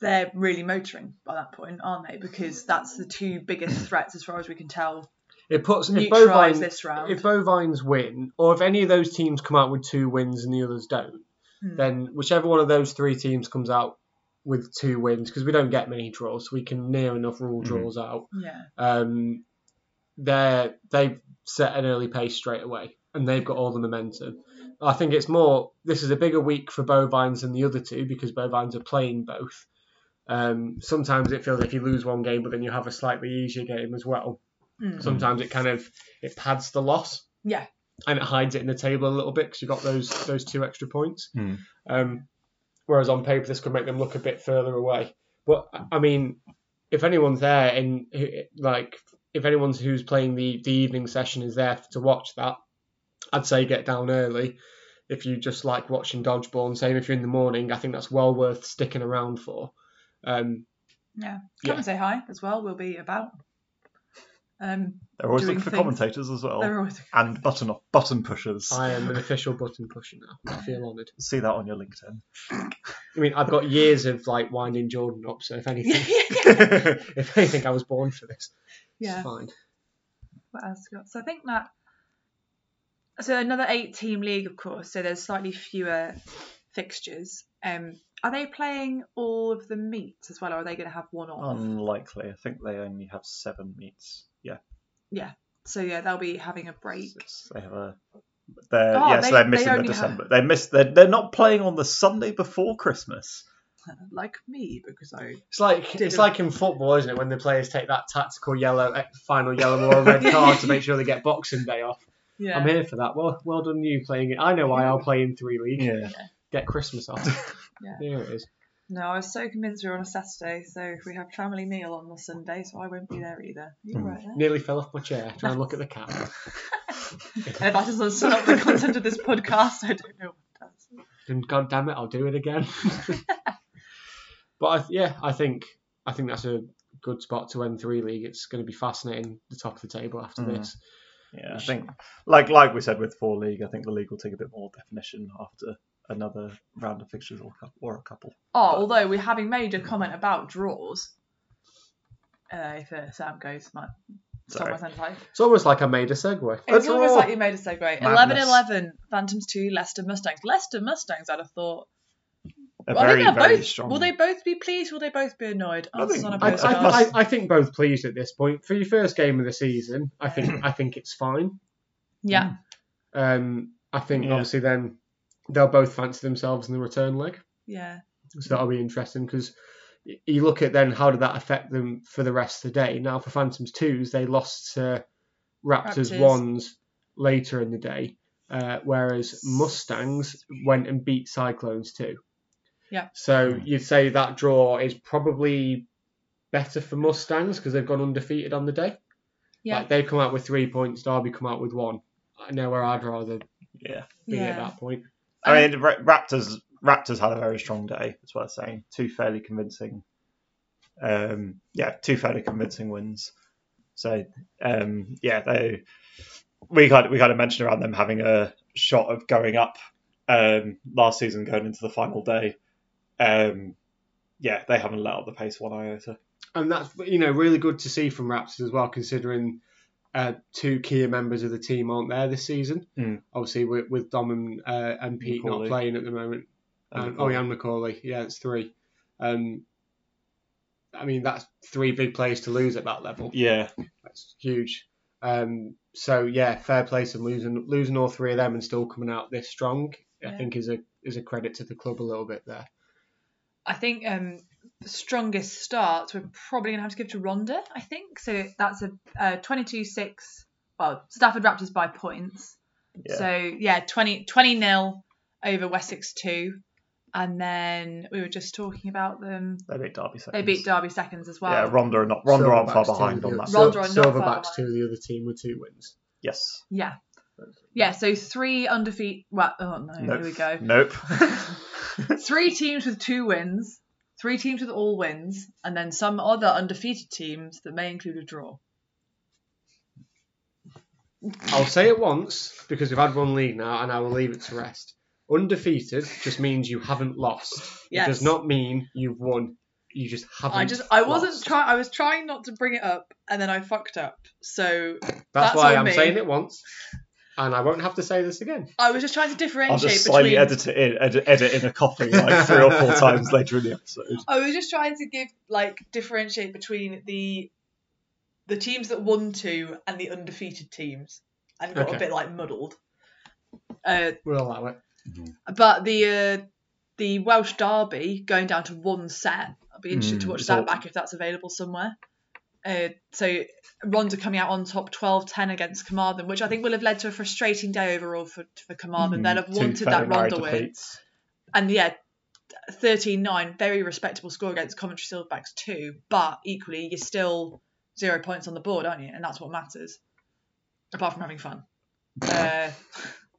they're really motoring by that point, aren't they? Because that's the two biggest threats, as far as we can tell.
It puts if
Neutralise
bovines,
this round.
if bovines win, or if any of those teams come out with two wins and the others don't,
Hmm.
then whichever one of those three teams comes out with two wins, because we don't get many draws, so we can near enough rule
Mhm.
draws out.
Yeah.
um, they're they've set an early pace straight away and they've got all the momentum. I think it's more this is a bigger week for bovines than the other two because bovines are playing both. Um, sometimes it feels like you lose one game, but then you have a slightly easier game as well.
Mm.
Sometimes it kind of it pads the loss
Yeah.
and it hides it in the table a little bit because you got those those two extra points.
Hmm.
Um, whereas on paper, this could make them look a bit further away. But I- I mean, if anyone's there in who- like if anyone's who's playing the the evening session is there to watch that, I'd say get down early. If you just like watching dodgeball, and same if you're in the morning, I think that's well worth sticking around for. Um,
Yeah. Come
Yeah.
and say hi as well. We'll be about. Um,
they're always
Doing
looking for
things.
commentators as
Oh.
well
they're always-
and button button pushers.
I am an official button pusher now. I feel honoured.
See that on your LinkedIn.
I mean, I've got years of like winding Jordan up, so if
*laughs*
anything, if anything, I was born for this. It's
yeah.
fine.
what else we got? So I think that so another eight team league, of course. So there's slightly fewer fixtures. Um, are they playing all of the meets as well, or are they going to have one
Oh.
off?
Unlikely. I think they only have seven meets. Yeah,
So yeah, they'll be having a break. *laughs*
Six. they have a. They're,
Oh,
yes,
they-
they, are
they
missing the
only have-
December. They miss. They're, they're not playing on the Sunday before Christmas.
Like me, because I
It's like
Did
it's
it.
like in football, isn't it? When the players take that tactical yellow, eh, final yellow or red card to make sure they get Boxing Day off.
yeah.
I'm here for that. Well, well done you playing it. I know why I'll play in three league.
Yeah.
Get Christmas off.
*laughs*
Yeah.
There it is.
no, I was so convinced we were on a Saturday, so we have family meal on the Sunday, so I won't be there either. You're
Hmm.
Mm.
right. There.
Nearly fell off my chair trying to look at the cat.
And if that doesn't sum up the content of this podcast, I don't know what does.
And god damn it, I'll do it again. but I, yeah, I think I think that's a good spot to end three league. It's going to be fascinating the top of the table after
Mm.
this.
Yeah, I think like like we said with four league, I think the league will take a bit more definition after another round of fixtures or a couple. Or a couple.
Oh, although we're having made a comment about draws. Uh, if uh, Sam goes, my stop
Sorry.
my sentence. like-
It's almost like I made a segue.
It's
That's
almost
all.
like you made it so great.
Madness.
11 11, Phantoms 2, Leicester Mustangs. Leicester Mustangs, I'd have thought,
a
Well, I
very
think they'll
very
both,
strong.
Will they both be pleased? Will they both be annoyed?
I
Answers
think-
on a
I,
Both of
I, I,
us.
I think both pleased at this point for your first game of the season. I think I think it's fine.
Mm.
yeah,
Um, I think
Yeah.
obviously then they'll both fancy themselves in the return leg,
yeah,
so that'll be interesting because you look at then how did that affect them for the rest of the day. Now for Phantoms twos, they lost to Raptors,
Raptors.
ones later in the day, uh, whereas Mustangs went and beat Cyclones too.
Yeah.
So
Hmm.
you'd say that draw is probably better for Mustangs because they've gone undefeated on the day.
yeah,
Like they've come out with three points, Derby come out with one. I know where I'd rather
yeah.
be
yeah.
at that point.
I mean, Ra- Raptors Raptors had a very strong day. That's worth saying. Two fairly convincing, um, yeah, two fairly convincing wins. So um, yeah, they we kind of, we kind of mentioned around them having a shot of going up um, last season, going into the final day. Um, yeah, they haven't let up the pace one iota.
And that's you know really good to see from Raptors as well, considering uh, two key members of the team aren't there this season.
Mm.
Obviously with, with Dom and, uh, and Pete
Macaulay.
not playing at the moment. And, oh yeah, and Macaulay. Yeah, it's three. Um, I mean that's three big players to lose at that level.
yeah,
That's huge. Um, so yeah, fair play to losing losing all three of them and still coming out this strong. I
Yeah.
think is a is a credit to the club a little bit there.
I think um, the strongest starts we're probably going to have to give to Ronda, I think. So that's a uh, 22 6. Well, Stafford Raptors by points.
Yeah.
So, yeah, 20 20 nil over Wessex 2. And then we were just talking about them.
they beat Derby. Seconds.
They beat Derby seconds as well.
Yeah, Ronda are not Ronda aren't far
Silverbacks
behind
to
on
the-
that.
Ron- Ronda are not far
Silverbacks
behind.
to the other team with two wins.
yes.
yeah. Yeah, so three undefeated. Well, oh no, here we go.
Nope.
*laughs*
*laughs*
three teams with two wins, three teams with all wins, and then some other undefeated teams that may include a draw.
I'll say it once because we've had one league now, and I will leave it to rest. Undefeated just means you haven't lost. It
Yes.
does not mean you've won. You just haven't.
I just I wasn't
lost.
trying I was trying not to bring it up and then I fucked up. So
That's,
that's
why
on
I'm
me.
saying it once, and I won't have to say this again.
I was just trying to
I'll
differentiate
just slightly
between
edit it in, edit, edit in a
*laughs*
copy like three or four times later in the episode.
I was just trying to give like differentiate between the the teams that won two and the undefeated teams and got
Okay.
a bit like muddled. Uh,
We'll allow it.
but the uh, the Welsh derby going down to one set. I'll be interested
Mm,
to watch
it's
that
all-
back if that's available somewhere. Uh, so Ronda coming out on top 12-10 against Carmarthen, which I think will have led to a frustrating day overall for for Carmarthen. They'll have
Two
wanted
fairly
that
narrow
Ronda win,
defeats.
and yeah, 13-9, very respectable score against Coventry Silverbacks too. But equally, you're still zero points on the board, aren't you? And that's what matters, apart from having fun. Uh,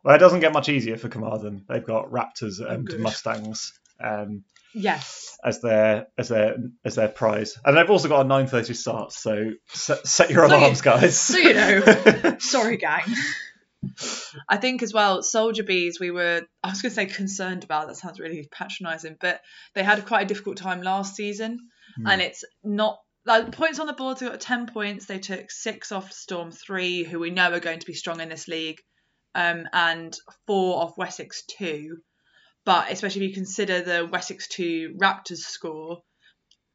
Well, it doesn't get much easier for Carmarthen. They've got Raptors and
Oh, good.
Mustangs um,
yes,
as their as their as their prize, and they've also got a 9:30 start. So set, set your
So you-
alarms, guys.
so you know. Sorry, gang. I think as well, Soldier Bees, we were, I was going to say concerned about, that sounds really patronising, but they had quite a difficult time last season. And it's not, like, points on the board, they got 10 points. They took six off Storm 3, who we know are going to be strong in this league, um, and four off Wessex 2. But especially if you consider the Wessex 2 Raptors score,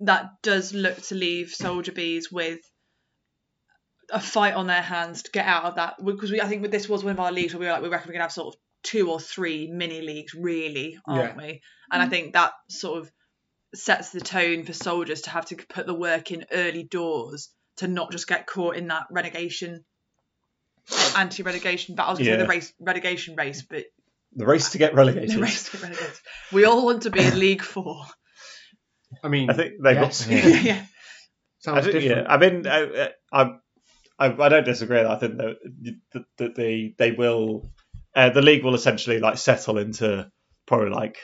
that does look to leave Soldier Bees with a fight on their hands to get out of that because we, I think with this was one of our leagues where we were like we reckon we're gonna have sort of two or three mini leagues really aren't we and I think that sort of sets the tone for soldiers to have to put the work in early doors to not just get caught in that relegation anti-relegation battle I was gonna say
Yeah.
the race relegation race but
the race to get relegated.
the race to get relegated we all want to be in League Four *laughs*
I mean,
I think they've
Yes.
got.
yeah, yeah.
I
*laughs* sounds
do,
different.
yeah, I mean, I, I, I, I don't disagree. I think that, that, that they they will, uh, the league will essentially like settle into probably like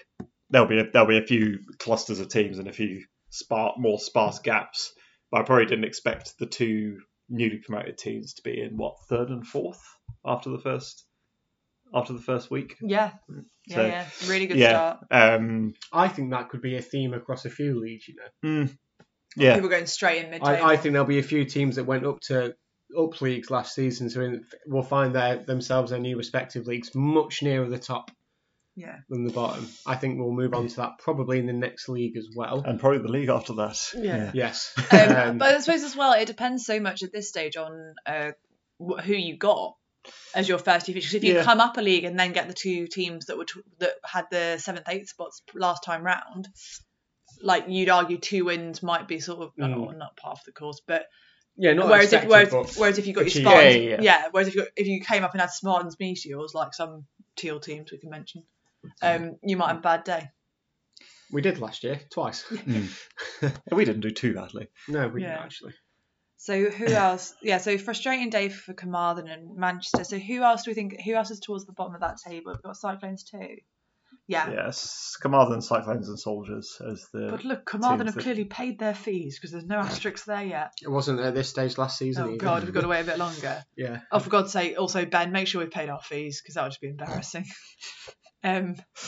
there'll be a, there'll be a few clusters of teams and a few sparse more sparse gaps. But I probably didn't expect the two newly promoted teams to be in what third and fourth after the first after the first week.
yeah yeah
So,
yeah really good
yeah.
start
Um,
I think that could be a theme across a few leagues. You know.
mm, yeah,
people going straight in mid
I, I think there'll be a few teams that went up to up leagues last season, so in, will find their themselves their new respective leagues much nearer the top
Yeah.
than the bottom. I think we'll move on to that probably in the next league as well.
and probably the league after that.
Yeah.
Yes.
Uh, *laughs* Um,
Um,
but I suppose as well, it depends so much at this stage on uh, wh- who you got as your first two features. If you
Yeah.
come up a league and then get the two teams that were t- that had the seventh, eighth spots last time round, like you'd argue two wins might be sort of
Hmm.
Mm.
not, not part of the course, but
yeah, not
whereas if
expected,
whereas,
but
whereas if you got your
achieved.
Spartans,
Yeah,
yeah,
yeah,
whereas if you if you came up and had Spartans meteors like some teal teams we can mention, um, you might have a bad day.
we did last year
*laughs*
twice.
We didn't do too badly.
no, we
Mm. Yeah.
didn't actually.
So who else? Yeah, so frustrating day for Carmarthen and Manchester. So who else do we think? Who else is towards the bottom of that table? We've got Cyclones too. Yeah.
Yes, Carmarthen, Cyclones, and Soldiers as the
But look, Carmarthen
Teams
have
that-
clearly paid their fees because there's no asterisks there yet.
It wasn't at this stage last season.
Oh
even.
God, we've got to wait a bit longer. *laughs*
Yeah.
Oh, for God's sake! Also, Ben, make sure we've paid our fees because that would just be embarrassing. *laughs* um, I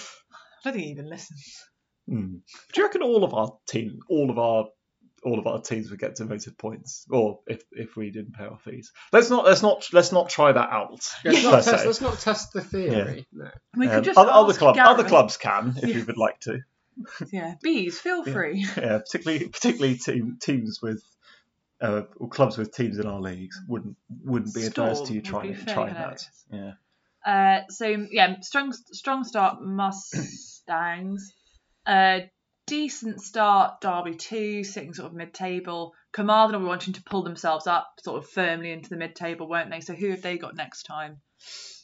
don't think he even listens.
Hmm. Do you reckon all of our team, all of our, all of our teams would get demoted points, or if if we didn't pay our fees? Let's not let's not let's not try that out.
Yeah, Let's,
per
not test,
se.
let's not test the theory. No.
We could
Um,
just
other, other
ask
club, other
Gareth.
clubs can if
Yeah.
you would like to.
Yeah, bees, feel
Yeah.
free.
Yeah, particularly particularly team, teams with. Uh, or clubs with teams in our leagues wouldn't wouldn't be adverse
Storm
to you
would
trying
be fairly
trying that.
hilarious.
Yeah,
Uh, so yeah, strong strong start Mustangs, uh, decent start Derby two, sitting sort of mid table. Carmarthen were wanting to pull themselves up, sort of firmly into the mid table, weren't they? So who have they got next time?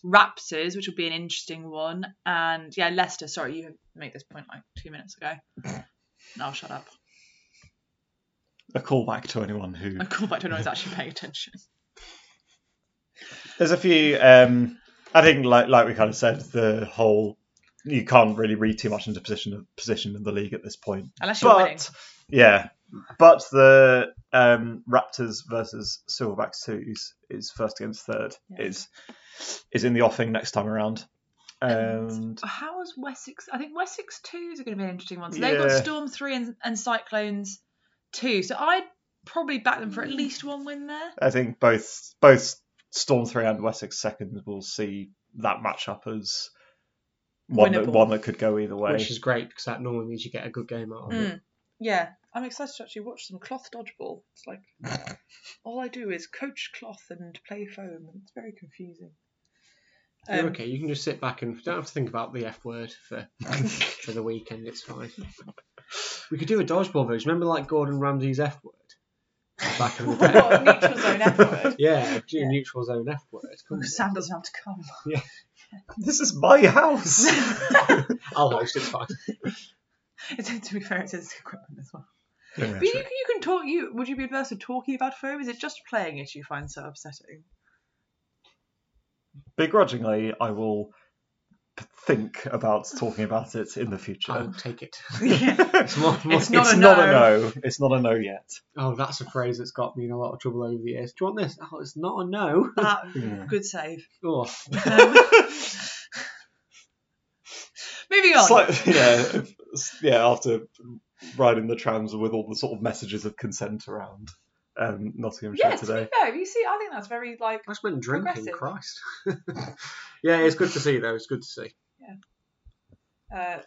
Raptors, which will be an interesting one, and yeah, Leicester. Sorry, you made this point like two minutes ago. And I'll shut up. *laughs*
a callback to anyone who
I call back to anyone who's actually paying attention.
There's a few. Um, I think, like like we kind of said, the whole you can't really read too much into position of position in the league at this point.
Unless you're winning.
But yeah, but the um, Raptors versus Silverbacks twos is first against third
Yeah.
is is in the offing next time around.
And-
And
How is Wessex? I think Wessex twos are going to be an interesting one. So they've got
Yeah.
Storm three and, and Cyclones two. So I'd probably back them for at least one win there.
I think both both Storm three and Wessex seconds will see that matchup as one that,
Winnable.
one that could go either way.
Which is great because that normally means you get a good game out of
Mm,
it.
Yeah, I'm excited to actually watch some cloth dodgeball. It's like all I do is coach cloth and play foam, and it's very confusing. Um,
You're
*laughs*
okay, you can just sit back and don't have to think about the F word
*laughs*
for for the weekend. It's fine. We could do a dodgeball version. Remember, like Gordon Ramsay's F word back in the
*laughs* What,
day.
neutral zone effort.
yeah, do a neutral zone F word. Come on.
Sam Oh, doesn't have to come. *laughs*
this is my house.
I'll host. It's fine.
It's, to be fair, it's his equipment as well.
Yeah,
But you, can- you can talk. You would you be adverse to talking about foam? Is it just playing it you find so upsetting?
*laughs* begrudgingly, I will p- think about talking about it in the
I'll
*laughs* future.
take it. *laughs*
it's
It's more- more-
Um, It's not a no.
no. It's not a no yet.
oh, that's a phrase that's got me in a lot of trouble over the years. Do you want this? Oh, it's not a no.
Ah,
Yeah.
good save.
Oh,
Um,
*laughs*
moving on.
Slight- *laughs* yeah, if- yeah. After riding the trams with all the sort of messages of consent around um, Nottinghamshire
yeah, to
today.
be fair, you see, I think that's very like
that's when drinking.
Progressive.
Christ. *laughs* yeah, it's good to see though. It's good to see.
uh,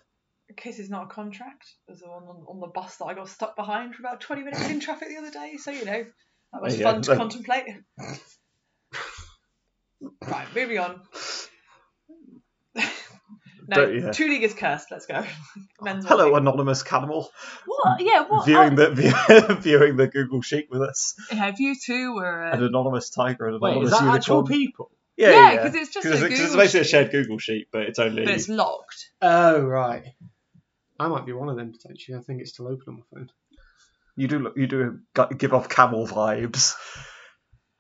"Kiss is not a contract." There's the one on, on the bus that I got stuck behind for about 20 minutes in traffic the other day. So you know that was
Yeah,
fun to
that-
contemplate. right, moving on. *laughs* no,
But, yeah.
two league is cursed. Let's go. *laughs* Men's
Hello,
one.
anonymous camel,
What? Yeah. What?
viewing the *laughs* view, viewing the Google sheet with us.
I- yeah, if you two were. Uh,
An anonymous tiger, an
Wait, is
anonymous
that actual
unicorn.
people?
yeah, because it's just a
Because it's,
Google
basically a
sheet.
shared Google sheet, but it's only
but it's locked.
Oh right. I might be one of them potentially. I think it's still open on my phone.
you do look, you do gu- give off camel vibes.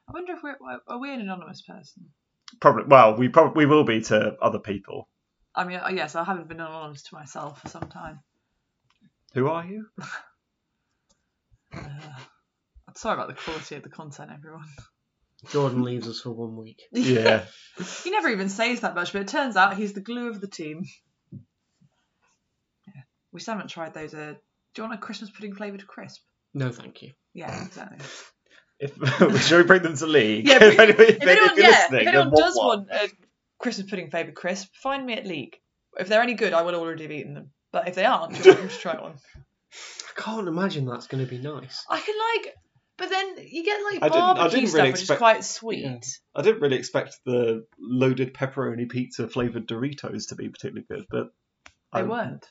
I wonder if we're are we an anonymous person?
Probably. Well, we probably we will be to other people.
I mean, yes, I haven't been anonymous to myself for some time.
Who are you?
I'm sorry about the quality of the content, everyone.
Jordan leaves us for one week.
Yeah.
*laughs* he never even says that much, but it turns out he's the glue of the team. Yeah, we still haven't tried those. Uh, do you want a Christmas pudding flavoured crisp?
No, thank you.
Yeah,
*laughs*
exactly.
*laughs* if should we bring them to league? *laughs*
Yeah,
if, anyone,
if anyone,
you're
yeah,
listening,
if
then
anyone
want
does
one.
want a Christmas pudding flavoured crisp, find me at League. If they're any good, I will already have eaten them. But if they aren't, I'm just try one.
I can't imagine that's going to be nice.
*laughs* I can like, but then you get like
I didn't- I
barbecue
didn't
stuff,
really
which is
expect-
quite sweet.
Yeah. I didn't really expect the loaded pepperoni pizza flavored Doritos to be particularly good, but
They
I-
weren't.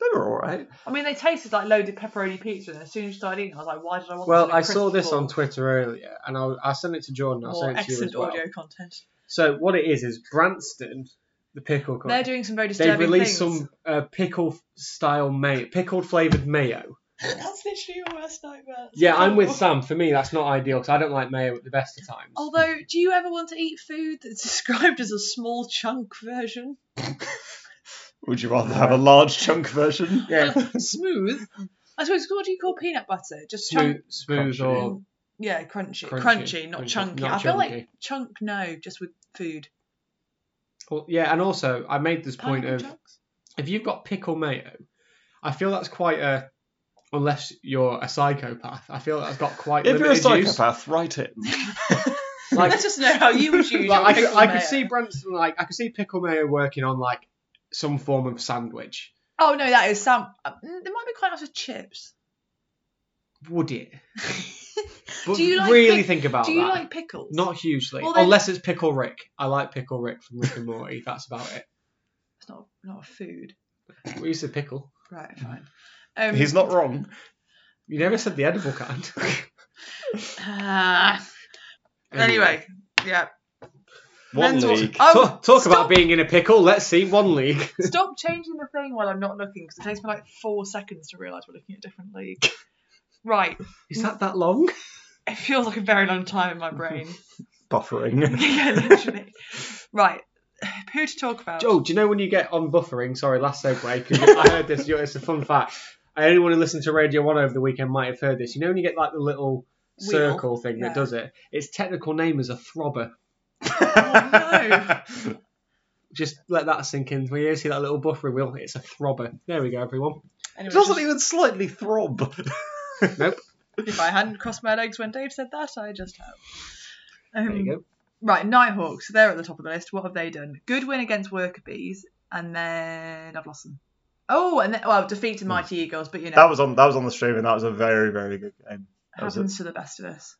They were all right.
I mean, they tasted like loaded pepperoni pizza, and as soon as I started eating, I was like, why did I want?
Well,
something
I saw
crispy
this on
for
Twitter earlier, and I, I sent it to Jordan. I
More
sent it to you
excellent
as well.
audio content.
So what it is is Branston, the pickle
They're
company.
doing some very disturbing
They've released
things.
some uh, pickle style mayo, pickled flavored mayo.
*laughs* That's literally your worst nightmare.
Yeah, I'm with Sam. For me, that's not ideal because I don't like mayo at the best of times.
Although, do you ever want to eat food that's *laughs* described as a small chunk version?
Would you rather have a large chunk version?
yeah,
Smooth. I suppose what do you call peanut butter? Just
smooth, smooth
Crunchy.
or
chunk. Yeah, crunchy.
Crunchy.
Crunchy, not
Crunchy.
chunky.
Not
I feel like
chunky.
chunk no, just with food.
well, yeah. And also, I made this point
Pineapple
of
chunks?
if you've got pickle mayo, I feel that's quite a unless you're a psychopath. I feel that's got quite
If you're a
limited use.
*laughs*
psychopath, write it.
*laughs* Like,
Let's just know how you would use your
Like, I, could,
pickle
I could
mayo.
see Branson like I could see Pickle Mayo working on like some form of sandwich.
Oh no, that is some. uh, mm, It might be quite nice with chips.
Would it? But
Do you like
really
pic-
think about
*laughs* do you
that.
like pickles?
Not hugely,
Well, then-
unless it's Pickle Rick. I like Pickle Rick from Rick and Morty. That's about it.
It's not not a food.
We used to pickle.
Right, fine. Um,
He's not wrong.
You never said the edible
*laughs*
kind.
Ah, *sighs* anyway,
*laughs*
yeah.
One
Mental-
league.
Oh,
talk, talk about
stop.
being in a pickle. Let's see one league.
Stop changing the thing while I'm not looking because it takes me like four seconds to realise we're looking at a different league. Right,
Is that that long?
it feels like a very long time in
*laughs*
my brain. *laughs*
Buffering.
yeah, literally. Right, *sighs* who to talk about?
Joe, do you know when you get on buffering? Sorry, last segue. 'cause I heard this. you know, It's a fun fact. Anyone who listened to Radio One over the weekend might have heard this. You know when you get like the little
Wheel.
circle thing
Yeah.
that does it. Its technical name is a throbber.
Oh,
Just let that sink in. We hear see that little buffering wheel. It's a throbber. There we go, everyone.
Anyway,
It *laughs* doesn't
just-
even slightly throb.
Nope.
if I hadn't crossed my legs when Dave said that, I just have. Um,
There you go.
Right, Nighthawks. They're at the top of the list. What have they done? Good win against Worker Bees, and then I've lost them. Oh, and then, well,
Hmm.
defeated Mighty Eagles, but you know,
That was on that was on the stream and that was a very, very good game. That was
Mm-hmm.
a,
happens to the best of us.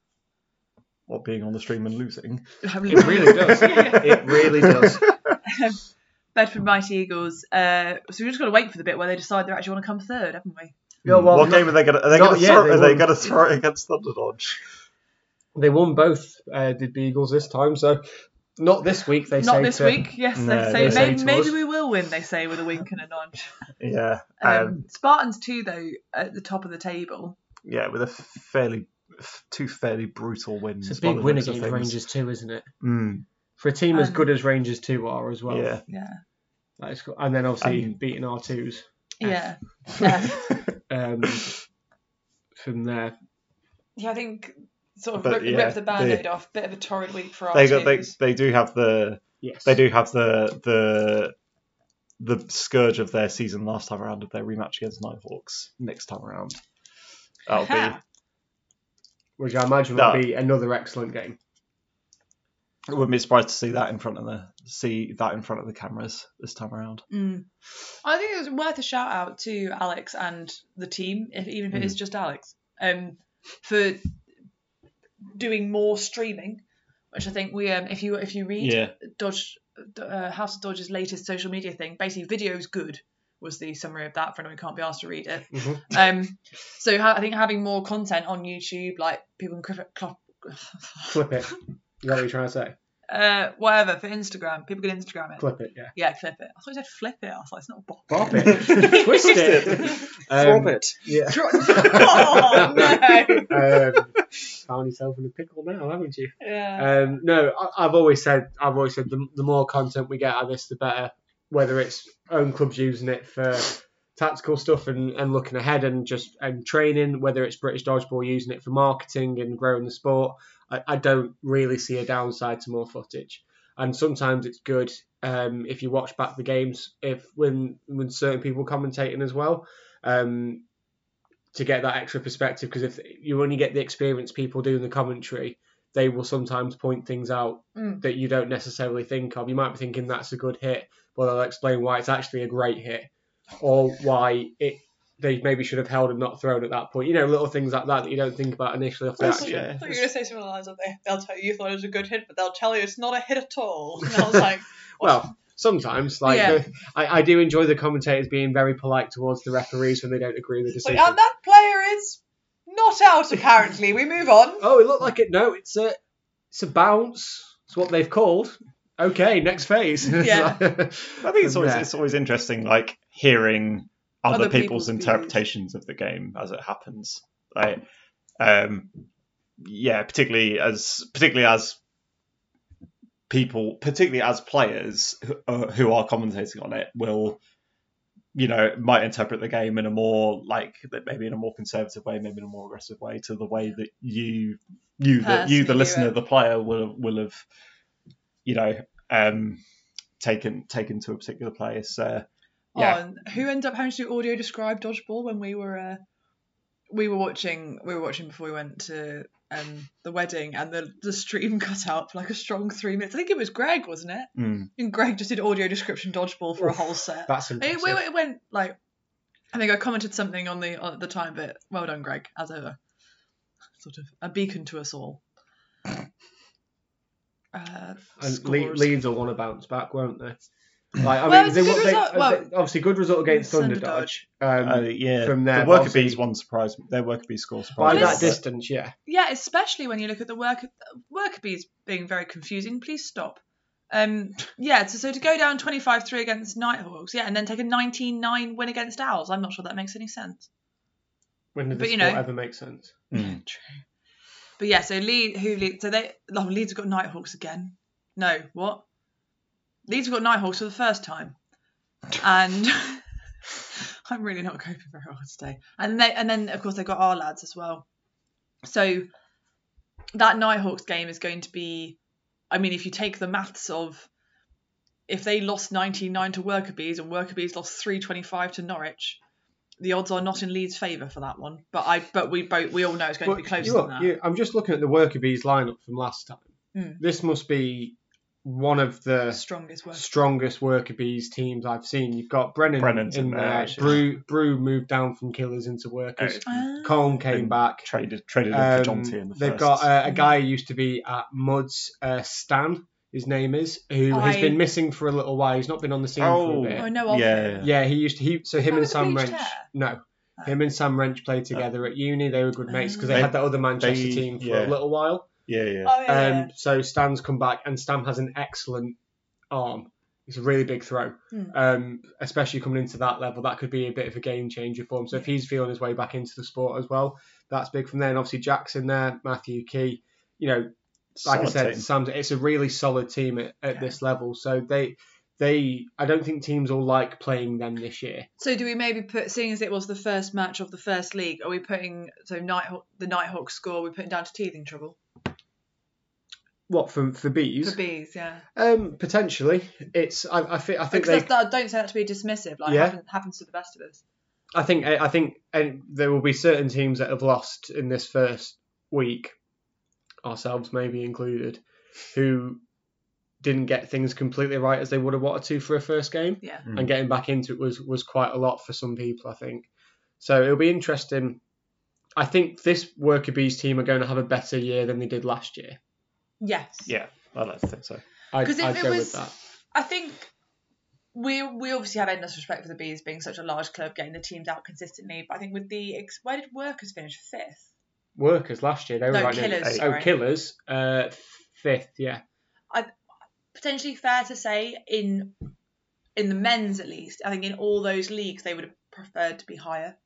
what being on the stream and losing.
*laughs* It really does.
*laughs*
It really does.
Bedford Mighty Eagles. Uh, so we've just got to wait for the bit where they decide they actually want to come third, haven't we?
Yeah, *laughs* well,
Hmm. what
not-
game are they gonna are they
not
gonna
yet,
throw
they
are they
won't.
gonna throw it against Thunderdodge?
They won both. Uh, did Beagles this time? So not this week. They say
Not this
to-
week. Yes,
No,
they
they
say
say
maybe,
to
maybe
us-
we will win. They say with a wink and a nudge.
Yeah.
Um,
*laughs* um,
Spartans too, though, at the top of the table.
yeah, with a fairly f- two fairly brutal wins.
It's a big
One of
win
those are
against
things-
Rangers too, isn't it?
Mm,
For a team as
Um,
good as Rangers two are as well. *laughs*
yeah.
Yeah,
That is cool. And then obviously
Um,
beating our twos
yeah, yeah.
um, from there.
yeah I think sort of rip,
But,
rip
yeah,
the
they-
band-aid off. Bit of a torrid week for our
*laughs* They got they,
twos.
they do have the
Yes.
they do have the the the scourge of their season last time around of their rematch against Nighthawks next time around.
*laughs*
That'll
Aha.
be
Which I imagine will
No.
be another excellent game.
I wouldn't be surprised to see that in front of the see that in front of the cameras this time around.
Mm. I think it was worth a shout out to Alex and the team, if, even if it is just Alex, um, for doing more streaming. Which I think we, um, if you if you read Dodge uh, House of Dodge's latest social media thing, basically video's good was the summary of that for anyone who can't be asked to read it.
Mhm.
*laughs* Um, so ha- I think having more content on YouTube, like people can clip, clop,
Flip it. Is that what you're trying to say?
*laughs* uh, whatever for Instagram, people can Instagram it.
Clip it, yeah.
Yeah, clip it. I thought you said flip it. I was like, it's not bop.
*laughs* Bop it. Twist it.
Throb it.
Yeah.
oh no.
Um, found yourself in a pickle now, haven't you?
Yeah.
Um, no, I, I've always said I've always said the, the more content we get out of this, the better. Whether it's own clubs using it for tactical stuff and, and looking ahead and just and training, whether it's British dodgeball using it for marketing and growing the sport, I, I don't really see a downside to more footage. And sometimes it's good um, if you watch back the games, if when when certain people commentating as well. Um, to get that extra perspective, because if you only get the experienced people doing the commentary, they will sometimes point things out
Mm.
that you don't necessarily think of. You might be thinking that's a good hit, but they'll explain why it's actually a great hit, or why it they maybe should have held and not thrown at that point. You know, little things like that that you don't think about initially off the
That's-
action.
yeah.
I thought you were going to say something along the lines of they, they'll tell you you thought it was a good hit, but they'll tell you it's not a hit at all. And I was like,
Well, sometimes, like
Yeah.
the- *laughs* I, I do enjoy the commentators being very polite towards the referees when they don't agree with the
like
decision.
and that player is not out apparently. We move on.
Oh, it looked like it. No, it's a it's a bounce. It's what they've called. Okay, next phase. *laughs*
*laughs* Yeah.
I think it's always
Yeah.
it's always interesting, like hearing
Other
other,
people's
people's,
views.
interpretations of the game as it happens. Like, um, yeah, particularly as particularly as people, particularly as players who, uh, who are commentating on it, will you know might interpret the game in a more like that maybe in a more conservative way, maybe in a more aggressive way, to the way that you you the,
Personally
you
do
the listener,
it.
the player will will have you know um taken taken to a particular place. Uh, yeah,
on who ended up having to do audio describe dodgeball when we were uh, we were watching we were watching before we went to um, the wedding and the, the stream *laughs* cut out for like a strong three minutes. I think it was Greg, wasn't it?
Mm.
And Greg just did audio description dodgeball for a whole set.
That's
It,
impressive.
it, it went like I think I commented something on the on at the time, but well done, Greg, as ever. Sort of a beacon to us all. Uh,
And Le-
scores.
Leeds will want to bounce back, won't *clears throat* they? Like, I
Well,
mean,
it's
they,
a good
wa- they, uh,
result- well-
they- obviously good result against
Thunder
Thunderdog.
Dodge.
Um,
Uh, yeah,
from there,
the worker
obviously-
bees one surprise. Their worker bee score
by
surprised.
that
Yes.
me.
distance, yeah.
Yeah, especially when you look at the work worker bees being very confusing. Please stop. Um, yeah, so, so to go down 25-3 against Nighthawks, yeah, and then take a 19-9 win against Owls. I'm not sure that makes any sense.
When did
But,
this
you
sport
know-
ever make sense?
Mm.
But yeah, so Leeds, who Leeds, so they, oh, Leeds have got Nighthawks again. No, what? Leeds have got Nighthawks for the first time, and *laughs* I'm really not coping very well today. And they, and then of course they've got our lads as well. So that Nighthawks game is going to be, I mean, if you take the maths of if they lost 99 to Worker Bees and Worker Bees lost 325 to Norwich. The odds are not in Leeds' favour for that one, but I but we both we all know it's going to be
But
closer
look,
than that.
you- I'm just looking at the worker bees lineup from last time.
Mm.
This must be one of the
strongest worker.
strongest worker bees teams I've seen. You've got Brennan
Brennan's
in
in there,
there.
actually.
Brew Brew moved down from killers into workers.
Ah.
Colm came
Been
back.
Traded traded
Um,
into John T in the
they've
first.
got uh, a guy who used to be at Muds, uh, Stan. His name is who has
I-
been missing for a little while. He's not been on the scene for a bit.
I know of
Oh. yeah,
him.
yeah.
Yeah, he used to. He so him
that
and
with the
Sam
bleached
Wrench.
hair?
No, him and Sam Wrench played together at uni. They were good mates because they,
Uh. They-
had that other Manchester
they-
team for a
yeah.
little while.
yeah, yeah.
Oh yeah.
Um, so Stan's come back, and Stan has an excellent arm. It's a really big throw,
Hmm.
um, especially coming into that level. That could be a bit of a game changer for him. So if he's feeling his way back into the sport as well, that's big from there. And obviously Jack's in there, Matthew Key. You know, like
Solid
I said,
team.
Sam's, it's a really solid team at, at
Yeah.
this level. So they, they, I don't think teams will like playing them this year.
so do we maybe put, seeing as it was the first match of the first league, are we putting so Nighthawk the Nighthawk score? We're putting down to teething trouble
What for for bees?
for bees, yeah.
Um, potentially, it's. I, I, thi- I think
Because
they.
that's that, don't say that to be dismissive. Like
Yeah.
happens, happens to the best of us.
I think. I think uh, there will be certain teams that have lost in this first week, ourselves maybe included, who didn't get things completely right as they would have wanted to for a first game,
Yeah.
Mm.
and getting back into it was was quite a lot for some people. I think. So it'll be interesting. I think this Worker Bees team are going to have a better year than they did last year.
Yes.
yeah. I'd like to think so.
I'd,
'Cause if
I'd
it
go
was-
with that.
I think we we obviously have endless respect for the bees being such a large club, getting the teams out consistently. But I think with the ex- where did workers finish fifth?
Workers last year, they were
No,
right near-
Killers,
Oh,
sorry.
killers. Uh, fifth, yeah.
potentially fair to say in in the men's at least. I think in all those leagues they would have preferred to be higher,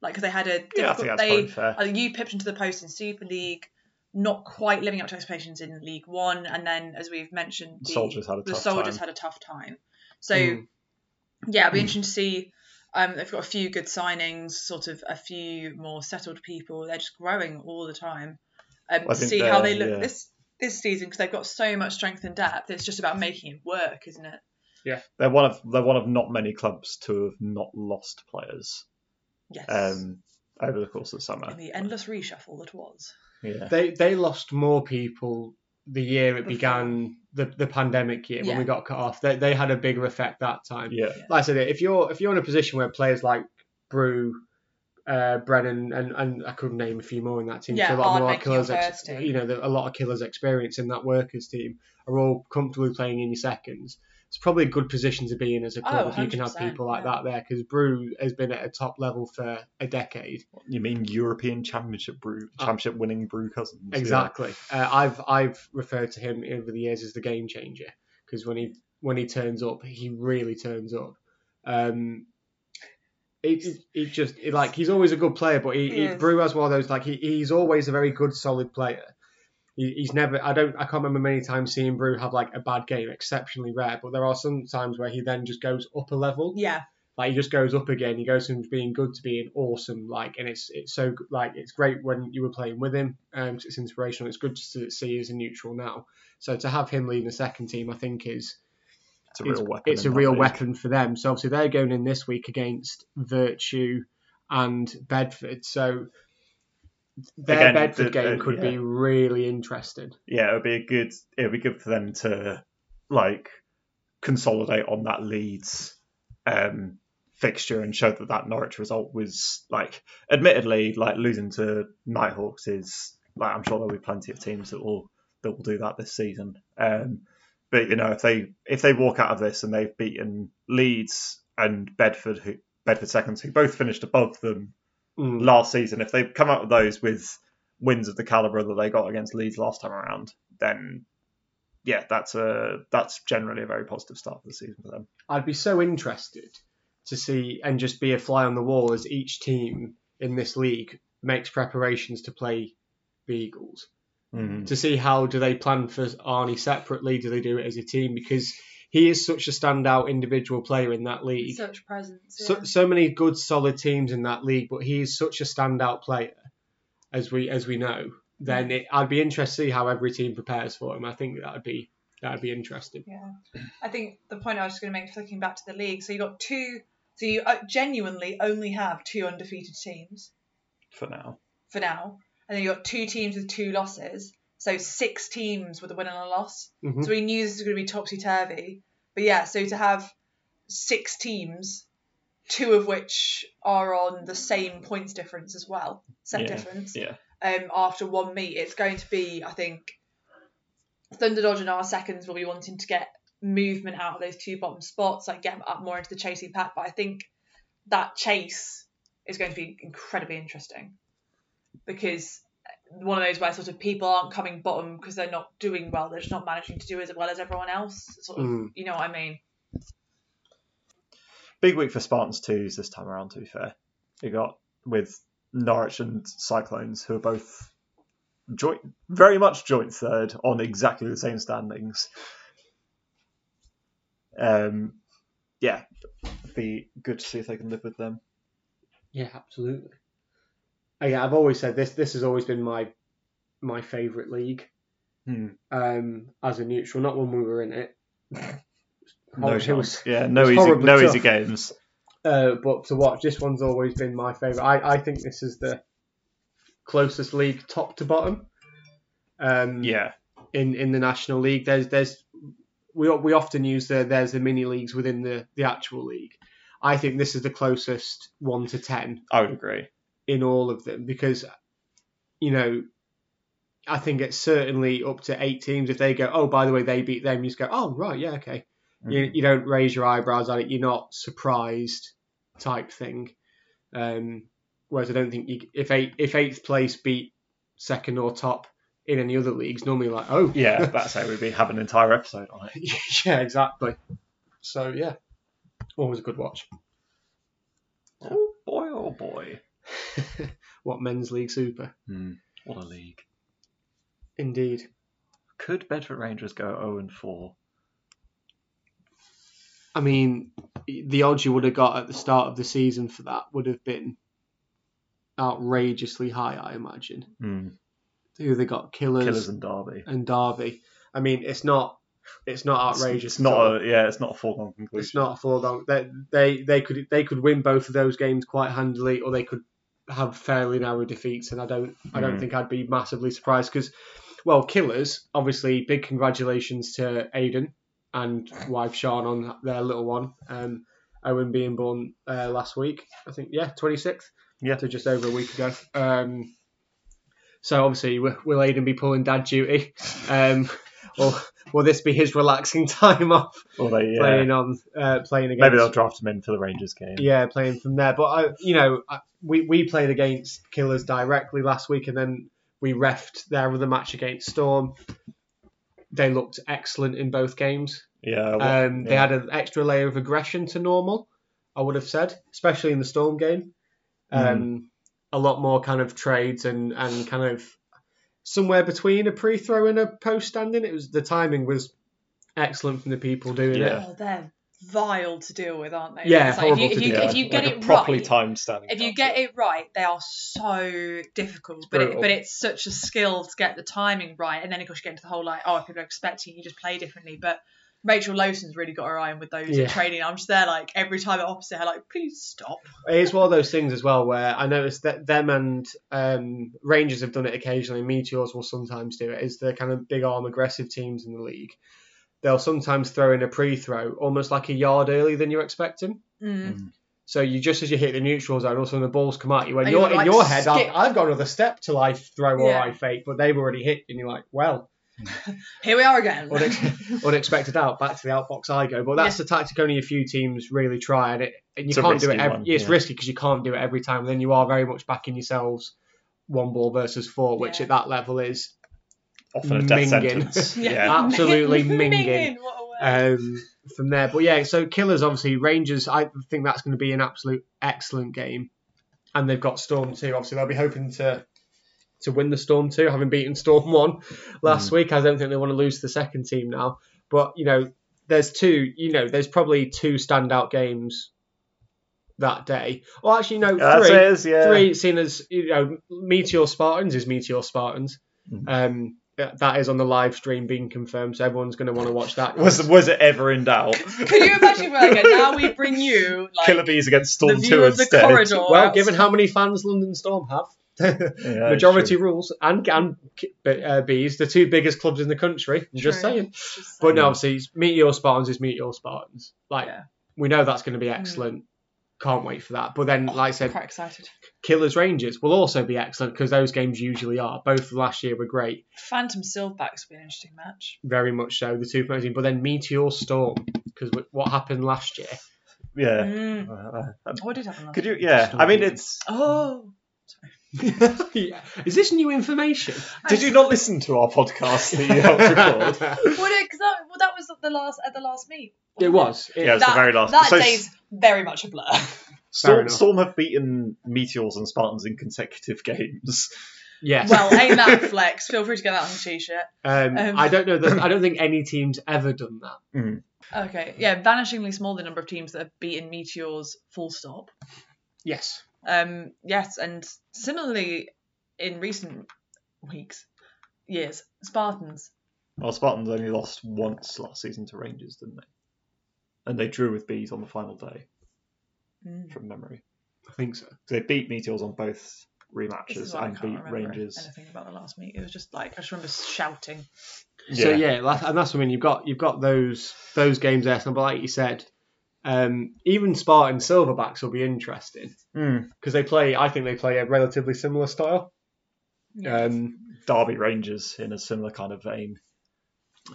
like because they had a
Yeah, I
difficult.
think that's
they
probably fair.
I think you pipped into the post in Super League, not quite living up to expectations in League One, and then as we've mentioned, the
Soldiers had a
the
tough
soldiers
time. Hmm.
had a tough time. So
Mm.
yeah, it'll be interesting to see. Um, they've got a few good signings, sort of a few more settled people. They're just growing all the time. Um,
Well, I think
see how
they're-
they look
yeah.
this this season because they've got so much strength and depth. It's just about making it work, isn't it?
They're one of they're one of not many clubs to have not lost players
Yes.
um, over the course of
in
the summer.
the endless reshuffle that was.
Yeah.
They they lost more people the year it began the, the pandemic year when
Yeah.
we got cut off. They, they had a bigger effect that time.
Yeah.
Like I said, if you're if you're in a position where players like Brew, uh, Brennan, and, and I could name a few more in that team.
Yeah,
so a lot
hard
more
making
killers,
your
ex-
first team.
you know, the, a lot of killers experience in that workers team are all comfortably playing in your seconds. It's probably a good position to be in as a club
Oh,
if you can have
100%,
people like
yeah.
that there because Brew has been at a top level for a decade.
You mean European Championship brew,
Uh,
championship winning brew cousins? yeah.
Exactly. Uh, I've I've referred to him over the years as the game changer because when he when he turns up, he really turns up. Um, it, it just it, like he's always a good player, but he,
He
he
is.
Brew has one of those like he, he's always a very good solid player. He, he's never I don't I can't remember many times seeing Brew have like a bad game, exceptionally rare. But there are some times where he then just goes up a level.
Yeah.
Like he just goes up again. He goes from being good to being awesome. Like, and it's it's so good- like it's great when you were playing with him. Um, 'cause it's inspirational. It's good just to see as a neutral now. So to have him leading the second team, I think is
It's a real
it's,
weapon.
it's
in
a
that
real
league.
weapon for them. So obviously they're going in this week against Virtue and Bedford. So their
Again,
Bedford
the-
game
the-
could be
yeah.
really interesting.
Yeah, it would be a good. It would be good for them to like consolidate on that Leeds um, fixture and show that that Norwich result was like, admittedly, like losing to Nighthawks is like I'm sure there'll be plenty of teams that will that will do that this season. Um, but you know, if they if they walk out of this and they've beaten Leeds and Bedford, who Bedford seconds, who both finished above them
Mm.
last season, if they come out of those with wins of the caliber that they got against Leeds last time around, then yeah, that's a that's generally a very positive start for the season for them.
I'd be so interested to see and just be a fly on the wall as each team in this league makes preparations to play the Eagles. To see how do they plan for Arnie separately? Do they do it as a team? Because he is such a standout individual player in that league. So,
Such presence.
so, many good solid teams in that league, but he is such a standout player, as we as we know. Then it, I'd be interested to see how every team prepares for him. I think that'd be that'd be interesting.
Yeah, I think the point I was just going to make, flicking back to the league, so you got two, so you uh, genuinely only have two undefeated teams
For now,
for now, and then you got two teams with two losses, so six teams with a win and a loss.
Mhm.
So we knew this was going to be topsy turvy, but yeah, so to have six teams, two of which are on the same points difference as well, set
Yeah.
difference
yeah,
um, after one meet. It's going to be, I think, Thunder Dodge and our seconds will be wanting to get movement out of those two bottom spots, like get up more into the chasing pack. But I think that chase is going to be incredibly interesting because one of those where sort of people aren't coming bottom because they're not doing well, they're just not managing to do as well as everyone else. Sort of,
Mm.
you know what I mean?
big week for Spartans twos this time around. To be fair, you got with Norwich and Cyclones, who are both joint, very much joint third on exactly the same standings. Um, yeah, be good to see if they can live with them.
Yeah, absolutely. Again, Uh, I've always said this. This has always been my my favourite league
Hmm.
um, as a neutral. Not when we were in it,
No
Horrible-
chance. yeah,
it
no
was
easy,
horribly
no
tough.
easy games.
uh, but to watch this one's always been my favourite. I, I think this is the closest league, top to bottom. Um,
Yeah,
in, in the national league, there's there's we we often use the there's the mini leagues within the the actual league. I think this is the closest one to ten
I would agree.
in all of them because, you know, I think it's certainly up to eight teams. If they go, oh, by the way, they beat them, you just go, oh, right, yeah, okay. You, you don't raise your eyebrows at it. You're not surprised, type thing. Um, whereas I don't think you, if eight, if eighth place beat second or top in any other leagues, normally like, oh,
Yeah, that's how we'd be have an entire episode on
*laughs*
it.
yeah, exactly. So yeah, always a good watch. *laughs*
Oh boy, oh boy.
what men's league super?
Hmm. What a league.
Indeed.
Could Bedford Rangers go 0 and 4?
I mean, the odds you would have got at the start of the season for that would have been outrageously high, I imagine.
Hmm.
Who they got? Killers,
Killers and Derby.
and Derby. I mean, it's not, it's not
It's-
outrageous.
It's
at all.
not a yeah. It's not a foregone conclusion.
It's not a foregone. They, they they could they could win both of those games quite handily, or they could have fairly narrow defeats, and I don't I don't
Mm.
think I'd be massively surprised because, well, killers obviously big congratulations to Aiden and wife Sean on their little one, um, Owen being born uh, last week. I think yeah, twenty sixth.
Yeah.
so just over a week ago. Um, so obviously, w- will Aiden be pulling dad duty, *laughs* um, or will this be his relaxing *laughs* time off
Or they, yeah,
playing on uh, playing against?
maybe they'll draft him in for the Rangers game.
yeah, playing from there. But I, you know, I, we we played against Killers directly last week, and then we refed their other match against Storm. They looked excellent in both games.
Yeah, well,
Um, They
yeah.
had an extra layer of aggression to normal, I would have said, especially in the Storm game.
Hmm.
Um, A lot more kind of trades and, and kind of somewhere between a pre throw and a post standing. It was the timing was excellent from the people doing it.
Yeah.
Oh, they're vile to deal with, aren't they?
Yeah,
It's
horrible
if
to
you, if you,
deal
if
with.
you get
like
it
a properly
right,
timed standing.
if you
count.
get it right, they are so difficult. But it,
brutal.
but it's such a skill to get the timing right, and then of course you get into the whole like, oh, people are expecting you just play differently. But Rachel Lowson's really got her eye on with those
Yeah.
in training. I'm just there like every time at opposite her, like, please stop.
It's one of those things as well where I noticed that them and um, Rangers have done it occasionally. Meteors will sometimes do it. Is the kind of big arm aggressive teams in the league? They'll sometimes throw in a pre-throw, almost like a yard earlier than you're expecting.
Mm.
So you just as you hit the neutral zone, also the balls come at you, and
And
you're
you're
in
like,
your head. I've,
skip.
I've got another step till I throw or
Yeah.
I fake, but they've already hit, and you're like, well,
Here we are again. *laughs*
unex- unexpected out, back to the outbox I go. But that's the tactic only a few teams really try, and, it, and you
It's a
can't do it.
risky
Every,
one,
it's
yeah.
risky because you can't do it every time. Then you are very much backing yourselves one ball versus four, which
Yeah.
at that level is
often a death
minging.
*laughs*
Uh,
sentence. yeah.
absolutely minging.
What a word.
um, from there. But yeah, so Killers obviously Rangers. I think that's going to be an absolute excellent game, and they've got Storm too. Obviously, they'll be hoping to to win the Storm two, having beaten Storm *laughs* one
Mm.
last week. I don't think they want to lose to the second team now. But you know, there's two. You know, there's probably two standout games that day. Or actually, no,
That's
three
it, is, yeah.
three seen as you know meteor spartans is meteor spartans
Mm.
um that that is on the live stream being confirmed so everyone's going to want to watch that
Was was it ever in doubt?
Can you imagine we're like, now we bring you like
Killer bees against
the
Storm
view
Two
of the
instead.
corridor?
well given how many fans london storm have *laughs*
Yeah,
majority
true.
rules and, and uh, bees the two biggest clubs in the country I'm just
True.
saying
Just
but
like-
no obviously it's meteor spartans is meteor spartans like
Yeah. Mm.
we know that's going to be excellent can't wait for that but then like i said
quite excited.
killers rangers will also be excellent because those games usually are both last year were great
Phantom Silverback's been an interesting match.
very much so the two promoting, but then Meteor Storm because what happened last year.
*laughs*
*laughs*
Yeah.
Mm.
Uh, uh,
What did happen? last
Could
night?
you? Yeah. I mean, it's.
Oh,
Is this new information?
Did you not listen to our podcast that you helped
*laughs*
record?
well, because that, well, that was at the last at the last meet.
it was. It-
Yeah, it was
That,
the very last.
that
so
day's very much a blur.
Storm,
enough.
Storm have beaten Meteors and Spartans in consecutive games.
yes.
*laughs* well, ain't that a flex? Feel free to get that on a t-shirt.
um,
um,
I don't know. That, I don't think any team's ever done that.
Okay, yeah, vanishingly small the number of teams that have beaten meteors. Full stop.
Yes.
Um, yes, and similarly, in recent weeks, years, Spartans.
Well, Spartans only lost once last season to Rangers, didn't they? And they drew with Bees on the final day,
Mm.
from memory.
I think so.
So they beat Meteors on both
This is
rematches
why I
and
can't
beat
remember
Rangers.
anything about the last meet. It was just like I just remember shouting.
So yeah, la- and that's what I mean. You've got you've got those those games there. So, but like you said, um, even Spartan Silverbacks will be interesting
Mm.
because they play. I think they play a relatively similar style. Um,
Derby Rangers in a similar kind of vein.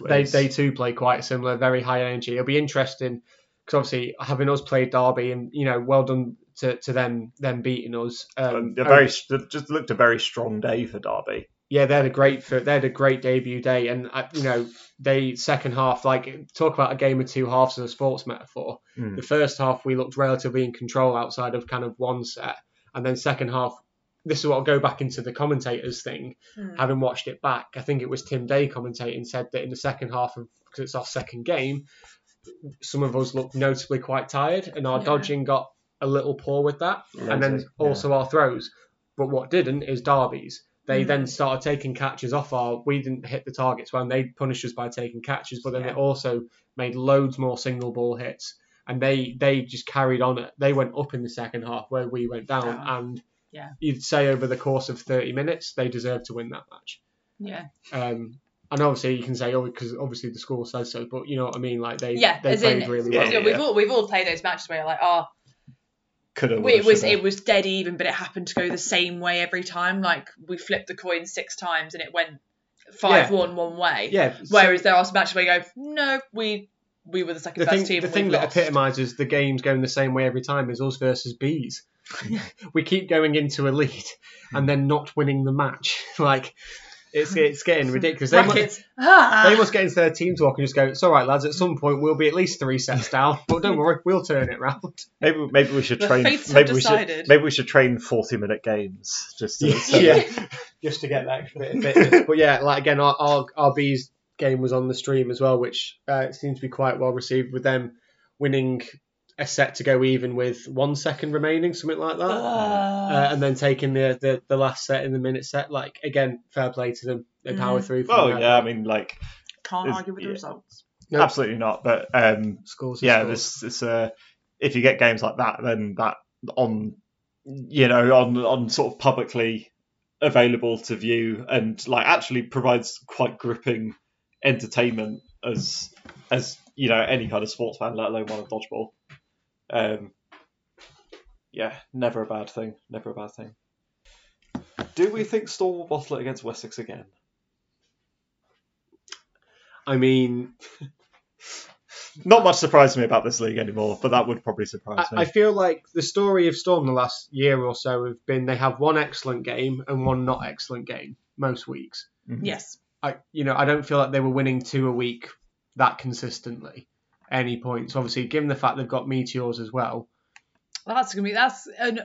they,
Whereas-
they too play quite similar, very high energy. It'll be interesting because obviously having us play Derby and you know well done to, to them them beating us. Um,
um, a very they just looked a very strong day for Derby.
yeah, they had a great fir- they had a great debut day, and uh, you know they second half like talk about a game of two halves as a sports metaphor.
Mm.
The first half we looked relatively in control outside of kind of one set, and then second half. This is what I'll go back into the commentators thing.
Mm.
Having watched it back, I think it was Tim Day commentating said that in the second half of because it's our second game, some of us looked noticeably quite tired, and our
Yeah.
dodging got a little poor with that, and then
Loads of-
also our throws. But what didn't is Derby's. They
Mm.
then started taking catches off our. We didn't hit the targets well, and they punished us by taking catches. But then
Yeah.
they also made loads more single ball hits, and they they just carried on. it. They went up in the second half where we went down,
Down.
and
Yeah.
you'd say over the course of 30 minutes, they deserve to win that match.
Yeah.
Um, and obviously, you can say, oh, because obviously the score says so, but you know what I mean? Like, they,
Yeah,
they
as in-
played really
Yeah,
well.
So we've all we've all played those matches where you're like, oh,
Could have.
it was it was dead even, but it happened to go the same way every time. Like we flipped the coin six times and it went five one one way.
Yeah.
Whereas there are some matches where you go, no, we we were the second
the
best
thing,
team.
the
and
thing
we've
that
lost.
epitomises the games going the same way every time is us versus bees. *laughs* we keep going into a lead and then not winning the match. *laughs* like it's it's getting ridiculous. They must,
Brackets. *laughs* Ah.
they must get into their team's walk and just go. It's all right, lads. At some point, we'll be at least three
*laughs*
sets down, but don't worry, we'll turn it round.
Maybe maybe we should
The
train.
fates have
Maybe we should
decided.
maybe we should train forty minute games just to *laughs*
just to get that extra bit of fitness. but yeah, like again, our, our our bees game was on the stream as well, which uh, seems to be quite well received with them winning a set to go even with one second remaining, something like that. uh,
Ah.
and then taking the, the the last set in the minute set. Like again, fair play to them. They power through. from
Well,
that.
Oh, yeah, I mean, like,
Can't
is-
argue with
yeah.
the results.
Nope.
absolutely not. But um,
Scores. are
yeah,
scores.
this this uh, if you get games like that, then that on you know on on sort of publicly available to view and like actually provides quite gripping entertainment as as you know any kind of sports fan, let alone one of dodgeball. Um, yeah, never a bad thing. Never a bad thing. Do we think Storm will bottle it against Wessex again?
I mean,
Not much surprised me about this league anymore, but that would probably
I,
surprise me.
I feel like the story of Storm the last year or so have been they have one excellent game and one not excellent game most weeks.
Yes.
I you know I don't feel like they were winning two a week that consistently. at Any points, obviously, given the fact they've got meteors as well.
Well, that's gonna be that's an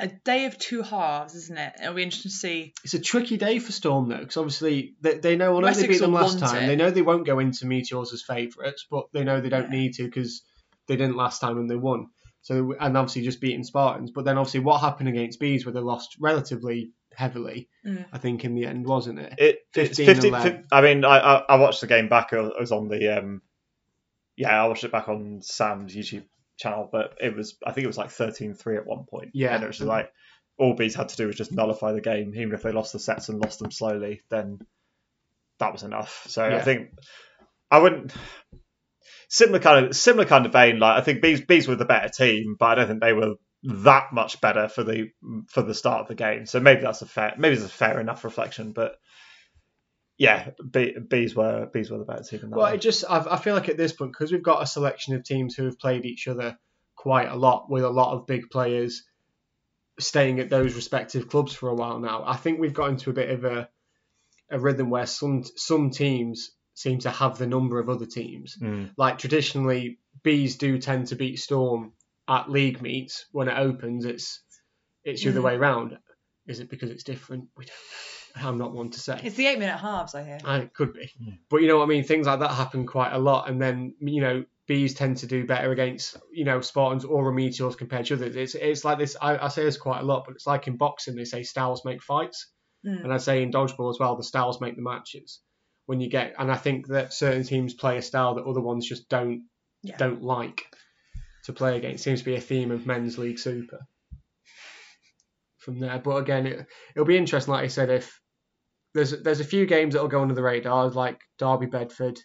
a day of two halves, isn't it? It'll be interesting to see.
It's a tricky day for Storm though, because obviously they, they know although they
Wessex
beat them
will
last
want
time,
it.
they know they won't go into Meteors as favourites, but they know they don't
Yeah.
need to because they didn't last time and they won. So and obviously just beating Spartans, but then obviously what happened against Bees where they lost relatively heavily,
Mm.
I think in the end, wasn't it?
*laughs* It, it's
15
50,
and 11.
fif- I mean, I, I I watched the game back. I was on the um, yeah, I watched it back on Sam's YouTube channel, but it was I think it was like 13-3 at one point.
Yeah.
and it was just like all Bees had to do was just nullify the game, even if they lost the sets and lost them slowly, then that was enough. So I
Yeah.
think I wouldn't. Similar kind of similar kind of vein. Like I think bees bees were the better team, but I don't think they were that much better for the for the start of the game. So maybe that's a fair maybe it's a fair enough reflection. But yeah, Be- bees were bees were the better team. In that
Well,
one.
it just I've, I feel like at this point because we've got a selection of teams who have played each other quite a lot with a lot of big players staying at those respective clubs for a while now. I think we've got into a bit of a a rhythm where some some teams seem to have the number of other teams.
Mm.
Like traditionally, bees do tend to beat Storm at league meets when it opens. It's it's the other
Mhm.
way round. Is it because it's different? We don't know. I'm not one to say.
It's the eight minute halves, I hear.
And Uh, it could be.
Yeah.
But you know what I mean? Things like that happen quite a lot. And then, you know, bees tend to do better against, you know, Spartans or meteors compared to others. It's, it's like this, I, I say this quite a lot, but it's like in boxing, they say styles make fights.
Mm.
And I say in dodgeball as well, the styles make the matches. When you get, and I think that certain teams play a style that other ones just don't
Yeah.
don't like to play against. Seems to be a theme of men's league super. From there, but again, it, it'll be interesting. Like I said, if there's there's a few games that'll go under the radar, like Derby Bedford.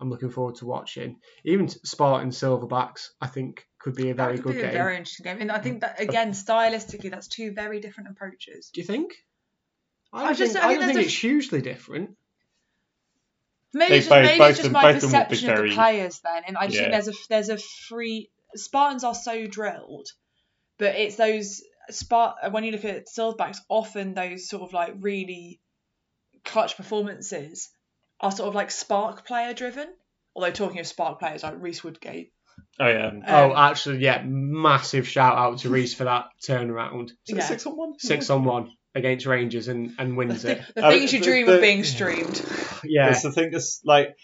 I'm looking forward to watching. Even Spartan Silverbacks, I think, could be a very
that could
good
be
game.
a very interesting game, and I think that again, stylistically, that's two very different approaches.
Do you think? I,
I
don't
just-
think,
I
I
think
don't
there's
think
a-
it's hugely different.
Maybe
They
it's just,
both-
maybe
both
it's just
of-
my
both of them will be
perception of
very-
the players then, and I just
Yeah.
think there's a there's a free Spartans are so drilled, but it's those Spart when you look at Silverbacks, often those sort of like really clutch performances are sort of like spark player driven. Although talking of spark players, like Reese Woodgate.
oh yeah,
oh,
um,
actually, yeah, massive shout out to Reese for that turnaround.
Is it
yeah.
six on one.
Six on one against Rangers and, and wins
the, *laughs*
it.
the
Oh,
things you
the-
dream
the-
of being streamed.
Yeah.
That's the thing. That's like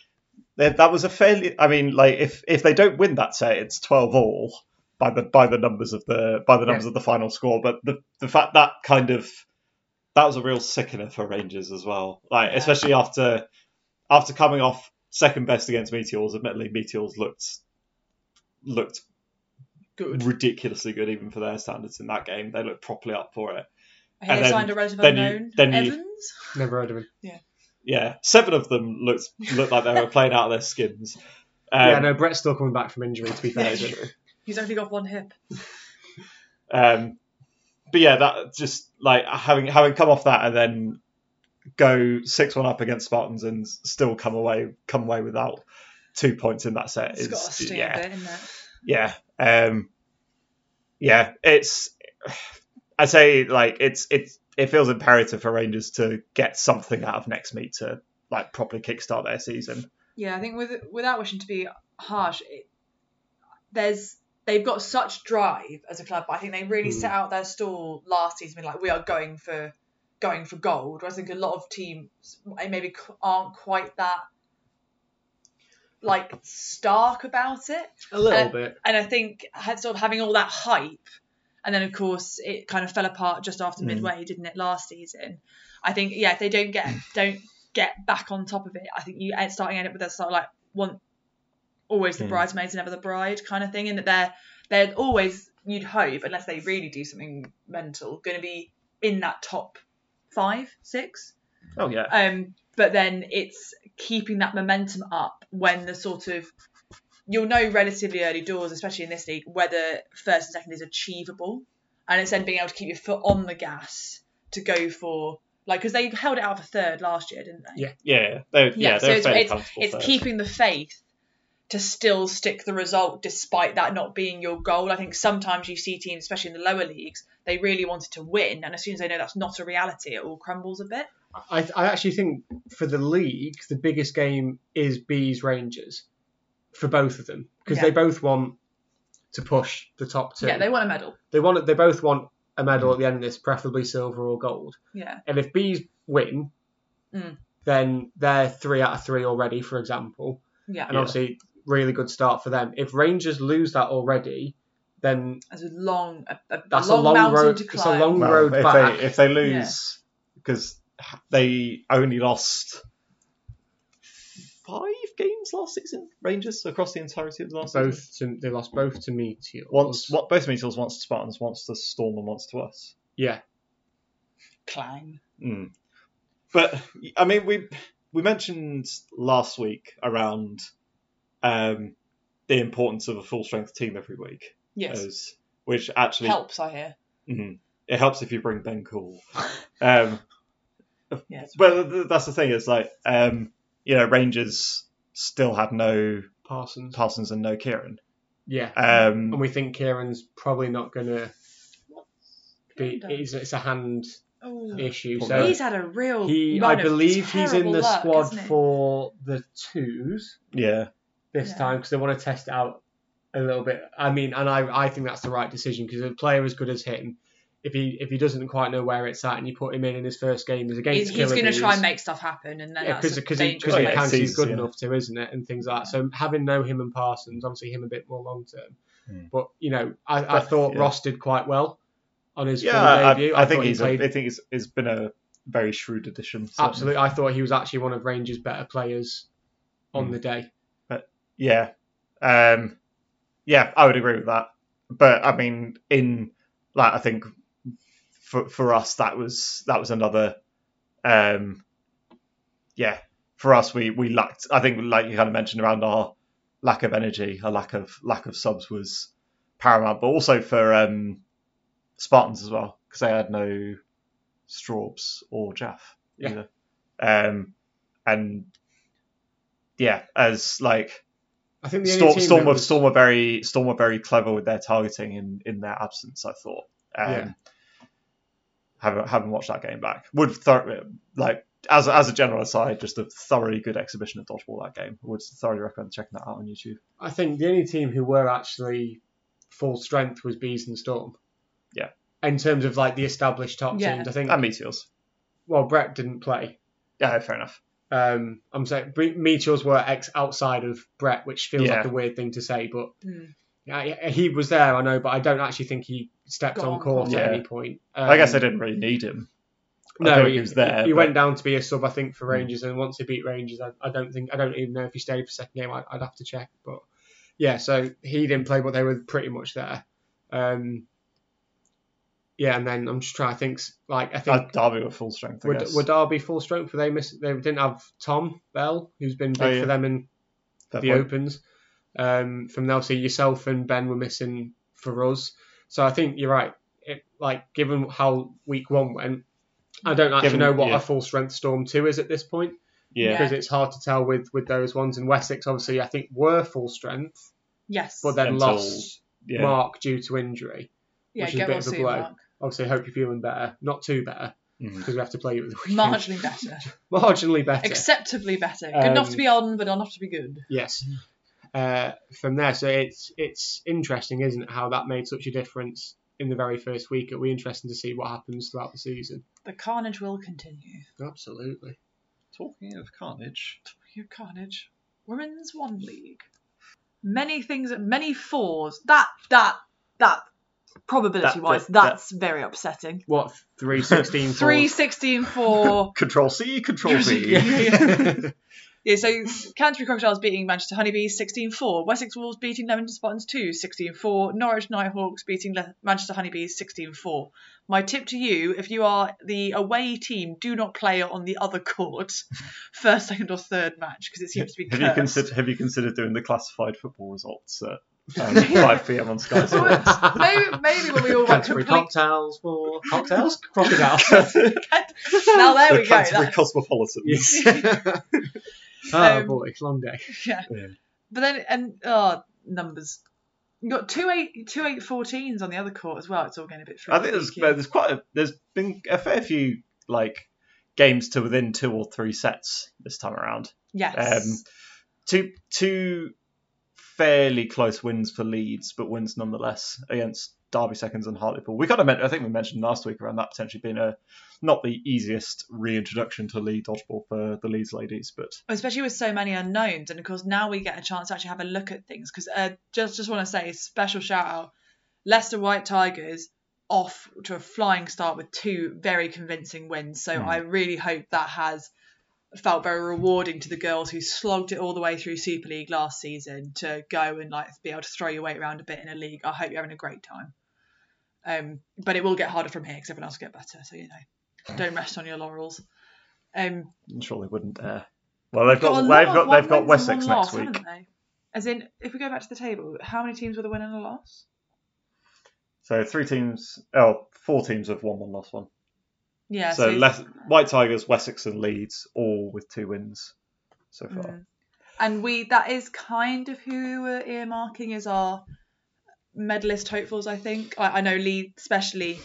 that, that was a fairly. I mean, like if if they don't win that set, it's twelve all by the by the numbers of the by the numbers of the final score. But the the fact that kind of that was a real sickener for Rangers as well. Like
Yeah.
especially after after coming off second best against Meteors. Admittedly, Meteors looked looked
good.
ridiculously good even for their standards in that game. They looked properly up for it.
I hear
and then-
signed a relative
then you-
unknown.
then you-
Evans.
Never heard of him.
Yeah, seven of them looked looked like they were playing out of their skins. Um,
*laughs* yeah, no, Brett's still coming back from injury. To be fair,
Yeah,
isn't he?
He's only got one hip.
Um, but yeah, that just like having having come off that and then go six one up against Spartans and still come away come away without two points in that set
It's
is
got to sting
yeah
a bit, isn't it?
yeah um, yeah it's I say like it's it's it feels imperative for Rangers to get something out of next meet to like properly kickstart their season.
Yeah, I think with without wishing to be harsh, it, there's they've got such drive as a club. But I think they really
Hmm.
set out their stall last season, being like we are going for going for gold. Whereas I think a lot of teams eh, maybe c- aren't quite that like stark about it.
A little
Uh,
bit.
And I think had sort of having all that hype, and then of course it kind of fell apart just after
Mm.
midway, didn't it, last season? I think yeah, if they don't get don't get back on top of it, I think you end starting end up with that sort of like one always the
Mm.
bridesmaids and never the bride kind of thing, in that they're they're always you'd hope unless they really do something mental, going to be in that top five six.
Oh yeah,
Um, but then it's keeping that momentum up when the sort of you'll know relatively early doors, especially in this league, whether first and second is achievable, and it's then being able to keep your foot on the gas to go for like because they held it out for third last year, didn't they?
Yeah.
yeah, they're, yeah,
Yeah, so
they're
it's-
fairly
it's-
comfortable.
It's
third.
keeping the faith to still stick the result despite that not being your goal. I think sometimes you see teams, especially in the lower leagues, they really wanted to win, and as soon as they know that's not a reality, it all crumbles a bit.
I, I actually think for the league, the biggest game is Bees Rangers for both of them because
Yeah.
they both want to push the top two.
Yeah, they want a medal.
they want. They both want a medal at the end of this, preferably silver or gold.
Yeah.
And if Bees win,
Mm.
then they're three out of three already, for example.
Yeah,
And
Yeah.
obviously, really good start for them. If Rangers lose that already, then
as a long, a, a
That's a
long,
long
mountain
road-
to
it's a
climb.
long-
Well,
road
if
back.
They, if they lose, because they only lost five games last season, Rangers across the entirety of the last season.
both to, they lost both to Meteors.
Once, what both Meteors, once to Spartans, once to Storm, and once to us.
Yeah.
Clang.
Hmm.
Mm. But I mean, we we mentioned last week around um, the importance of a full strength team every week,
Yes,
Oh,
as, which actually
helps. I hear.
Mhm. It helps if you bring Ben Cool. Um,
Yes.
Well, th- that's the thing. It's like, um, you know, Rangers still had no
Parsons.
Parsons and no Kieran.
Yeah. and
Um,
we think Kieran's probably not going to be.
Kinda.
It's, it's a hand
Ooh.
issue.
Poor
So
he's had a real.
he,
run
I
of
believe, he's in
terrible
the
luck,
squad
hasn't he?
for the twos
yeah,
this
Yeah.
time because they want to test it out a little bit. I mean, and I, I think that's the right decision because a player as good as him, if he if he doesn't quite know where it's at and you put him in in his first game is
He's,
against
he's
going to
try and make stuff happen, and then
Yeah,
that's
because
a
because
dangerous
Oh,
it
yeah,
place.
counts he's
seasons,
good
yeah.
enough to, isn't it? And things like that. So having no him and Parsons, obviously him a bit more long term.
Mm.
But you know, I, I
But,
thought
yeah.
Ross did quite well on his
yeah.
full
I,
debut.
I think
thought he
he's.
played
A, I think it's, it's been a very shrewd addition. certainly.
absolutely. I thought he was actually one of Rangers' better players on
Mm.
the day.
Yeah. Um, yeah, I would agree with that. But I mean, in like, I think for for us that was that was another. Um, yeah, for us we we lacked. I think like you kind of mentioned around our lack of energy, a lack of lack of subs was paramount, but also for um, Spartans as well because they had no Straubs or Jaff
Yeah.
either. Um, and yeah, as like
I think the only
Storm,
team
Storm,
that
were,
was-
Storm were very Storm were very clever with their targeting in, in their absence. I thought. Um,
Yeah.
Haven't haven't watched that game back. Would thor- like as as a general aside, just a thoroughly good exhibition of dodgeball that game. Would thoroughly recommend checking that out on YouTube.
I think the only team who were actually full strength was Bees and Storm.
Yeah.
In terms of like the established top
Yeah.
teams, I think.
And Meteors.
well, Brett didn't play.
Yeah, fair enough.
Um, I'm saying Bre- Meteors were ex outside of Brett, which feels
Yeah.
like a weird thing to say, but
Mm.
yeah, he was there, I know, but I don't actually think he stepped
Got
on
on
court
court.
at
Yeah.
any point.
I guess I
Um,
didn't really need him. I
No,
think
he,
he was there,
He
but-
went down to be a sub, I think, for
Hmm.
Rangers, and once he beat Rangers, I, I don't think I don't even know if he stayed for second game. I, I'd have to check, but yeah, so he didn't play, but they were pretty much there. Um, yeah, and then I'm just trying to think. s- Like I think
Uh, Derby were full strength. I
were,
guess.
were Derby full strength? Were they miss? They didn't have Tom Bell, who's been big
Oh, yeah.
for them in
Fair
the
point.
opens. Um, from there, so yourself and Ben were missing for us. So I think you're right. It, like given how week one went, I don't actually
Given-
know what
yeah.
a full strength storm two is at this point
Yeah.
because it's hard to tell with with those ones. And Wessex obviously I think were full strength,
Yes.
but then
Until-
lost
yeah.
Mark due to injury.
yeah,
which is a
get
bit
well
of a
soon,
blow.
Mark.
Obviously, I hope you're feeling better. Not too better
Mhm.
because we have to play you at the weekend.
Marginally better.
*laughs* Marginally better.
Acceptably better. Good enough to
Um,
be on, but not enough to be good.
yes. Uh, from there, so it's it's interesting, isn't it, how that made such a difference in the very first week. It'll be interesting to see what happens throughout the season.
The carnage will continue.
Absolutely.
Talking of carnage,
You carnage. Women's one league. Many things, many fours. That that that probability wise,
That- that-
that's very upsetting.
What three
*laughs*
sixteen? *laughs*
Three sixteen four.
Control C, Control V.
Yeah, so Canterbury Crocodiles beating Manchester Honeybees 16-4, Wessex Wolves beating Leamington Spartans 2 16-4, Norwich Nighthawks beating Le- Manchester Honeybees 16-4. My tip to you, if you are the away team, do not play on the other court *laughs* first, second or third match because it seems to be
Have
cursed.
you considered Have you considered doing the classified football results at
*laughs*
um, 5 p.m. on Sky Sports?
maybe, maybe when
*laughs*
we all went
Canterbury
complete.
cocktails for cocktails, crocodiles.
*laughs* Now there
the
we go.
Canterbury
that-
Cosmopolitans.
*laughs*
oh
Um,
boy, long day.
yeah.
Yeah.
But then and oh numbers. You got two eight two eight fourteens on the other court as well. It's all getting a bit.
I think there's
freaky.
there's quite a, there's been a fair few like games to within two or three sets this time around.
yes.
Um, two two fairly close wins for Leeds, but wins nonetheless against Derby seconds and Hartlepool. We kind of meant I think we mentioned last week around that potentially being a not the easiest reintroduction to Lee dodgeball for the Leeds ladies, but
especially with so many unknowns and of course now we get a chance to actually have a look at things because uh, just just want to say a special shout out Leicester White Tigers off to a flying start with two very convincing wins so
Hmm.
I really hope that has felt very rewarding to the girls who slogged it all the way through Super League last season to go and like be able to throw your weight around a bit in a league I hope you're having a great time um, but it will get harder from here because everyone else will get better so you know don't rest on your laurels um,
I'm sure they wouldn't dare. Well, they've got,
a lot
they've
of
got
one
they've got
wins and
Wessex
one loss,
next week.
haven't they? As in, if we go back to the table, how many teams with a win and a loss?
So three teams, oh, four teams have won one, lost one.
Yeah.
so Les- White Tigers, Wessex, and Leeds all with two wins so far.
Mm. And we that is kind of who we're earmarking as our medalist hopefuls. I think I, I know Leeds, especially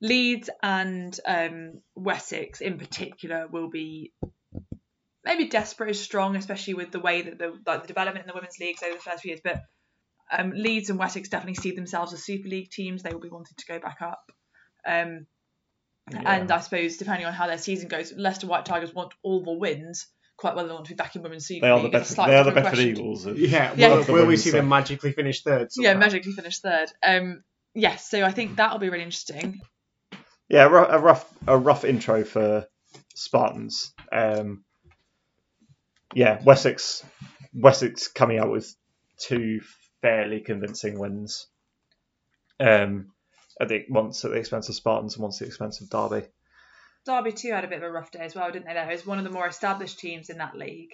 Leeds and um, Wessex in particular, will be maybe desperate is strong, especially with the way that the like the development in the women's leagues over the first few years. But um, Leeds and Wessex definitely see themselves as Super League teams. They will be wanting to go back up. Um,
Yeah.
and I suppose depending on how their season goes, Leicester White Tigers want all the wins quite well. They want to be back in women's super
they are the
league. It's
Bedford,
slightly
they are the
different
Bedford
question.
Eagles. of-
Yeah,
Yeah.
Will,
of the
will we
women's
see
set.
them magically finish third?
Yeah,
somehow?
magically finished third. Um, yes, so I think that'll be really interesting.
yeah, ru- a rough a rough intro for Spartans. Um, yeah, Wessex Wessex coming out with two fairly convincing wins. Um, I think once at the expense of Spartans and once at the expense of Derby.
Derby too had a bit of a rough day as well, didn't they? They was one of the more established teams in that league.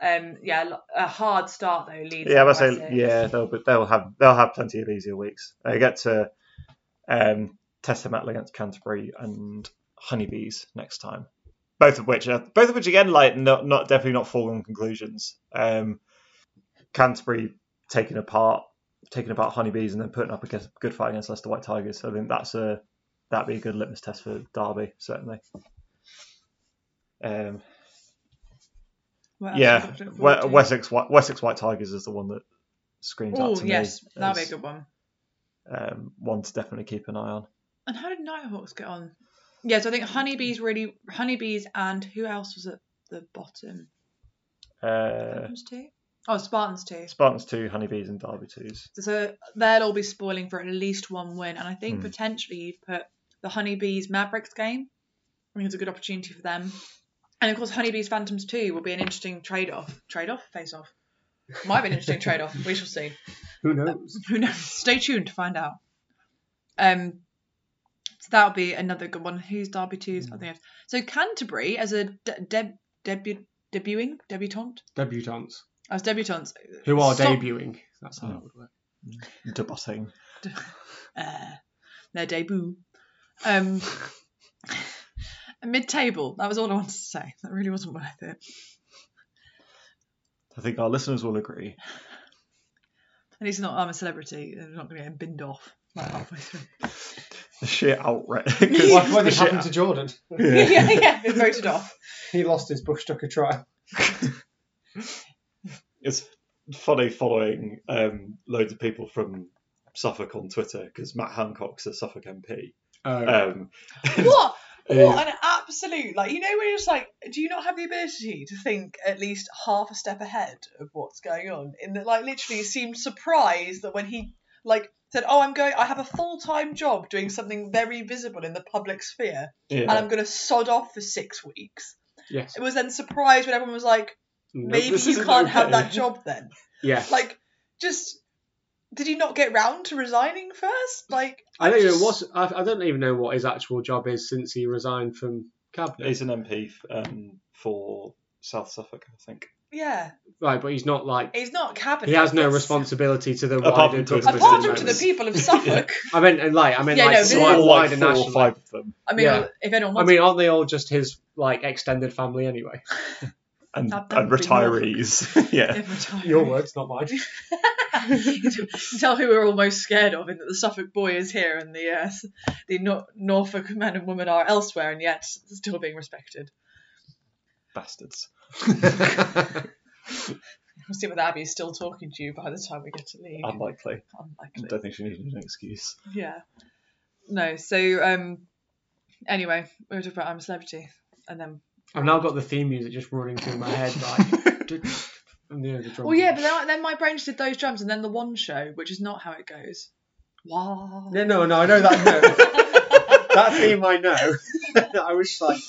Um, yeah, a lo- a hard start though. Leeds.
Yeah, I
and
must say,
Wessex.
yeah, they'll but they'll have they'll have plenty of easier weeks. They get to um, test the metal against Canterbury and Honeybees next time. Both of which, are, both of which again, like not, not definitely not foregone conclusions. Um, Canterbury taking apart taking apart Honeybees and then putting up a good, good fight against Leicester White Tigers. I think that's a that'd be a good litmus test for Derby certainly. Um,
What else have
yeah,
we got to look forward
We-
to?
Wessex Whi- Wessex White Tigers is the one that screams out
Oh
to me.
yes, that'll be a
as,
good one.
Um, one to definitely keep an eye on.
And how did Nighthawks get on? Yeah, so I think honeybees really honeybees and who else was at the bottom?
Uh,
Spartans too. Oh, Spartans too.
Spartans two, Honeybees and Derby twos.
So they'll all be spoiling for at least one win, and I think
Hmm.
potentially you'd put the Honeybees Mavericks game. I think it's a good opportunity for them, and of course Honeybees Phantoms too will be an interesting trade off, trade off, face off. Might be an interesting trade off. We shall see.
Who knows?
Who knows? Stay tuned to find out. Um, so that'll be another good one. Who's Derby twos? I think I've- so. Canterbury as a de- deb- debut debuting debutante
Debutantes
as debutants.
who are
Stop-
debuting. That's how it would work.
Debutting.
uh, their debut. Um, mid table. That was all I wanted to say. That really wasn't worth it.
I think our listeners will agree.
At least not I'm a celebrity. I'm not going to get binned off like halfway through.
The sheer
*laughs*
outright.
What, what did happen to Jordan?
Yeah.
yeah, yeah, been voted off.
He lost his Bush Tucker trial.
*laughs* it's funny following um, loads of people from Suffolk on Twitter because Matt Hancock's a Suffolk MP.
Oh,
Um,
What?
is-
What an absolute like you know when you're just like do you not have the ability to think at least half a step ahead of what's going on in that like literally seemed surprised that when he like said oh I'm going I have a full time job doing something very visible in the public sphere and
yeah.
I'm going to sod off for six weeks
yes.
it was then surprised when everyone was like
No,
maybe
this
you
isn't
can't have
okay.
that job then *laughs*
Yeah.
like just did you not get round to resigning first like
I don't even
just-
what's. I, I don't even know what his actual job is since he resigned from cabinet.
He's an MP um, for South Suffolk, I think.
yeah
Right, but he's not like.
he's not cabinet
He has no
that's-
responsibility to the
Apart
wider
from to his
government.
apart
Mr.
from to the
Jones.
*laughs*
people of Suffolk.
I mean, and like, I mean,
Yeah,
like,
no, this
so
is-
like,
Or,
wider
four
national.
or five of them.
I mean,
Yeah.
well, if anyone
I
wants,
mean, aren't they all just his like extended family
*laughs*
anyway?
And,
That- that
and
would be more-
retirees. *laughs* yeah.
Your words, not mine.
you can *laughs* tell who we're all most scared of in that the Suffolk boy is here and the uh, the Nor- Norfolk men and women are elsewhere and yet still being respected.
Bastards.
We'll see whether Abby's still talking to you by the time we get to leave.
Um,
Unlikely. I
Unlikely.
don't think she needed an excuse.
Yeah. No. So um. Anyway, we were talking about I'm a celebrity, and then
*laughs* I've now got the theme music just running through my head.
*laughs*
*laughs*
Like, *laughs* did- and the, the drum.
well, yeah, but then, then my brain just did those drums, and then the one show, which is not how it goes. Wow. *laughs*
No, no, no, I know that. No. that theme I know. *laughs* I was like,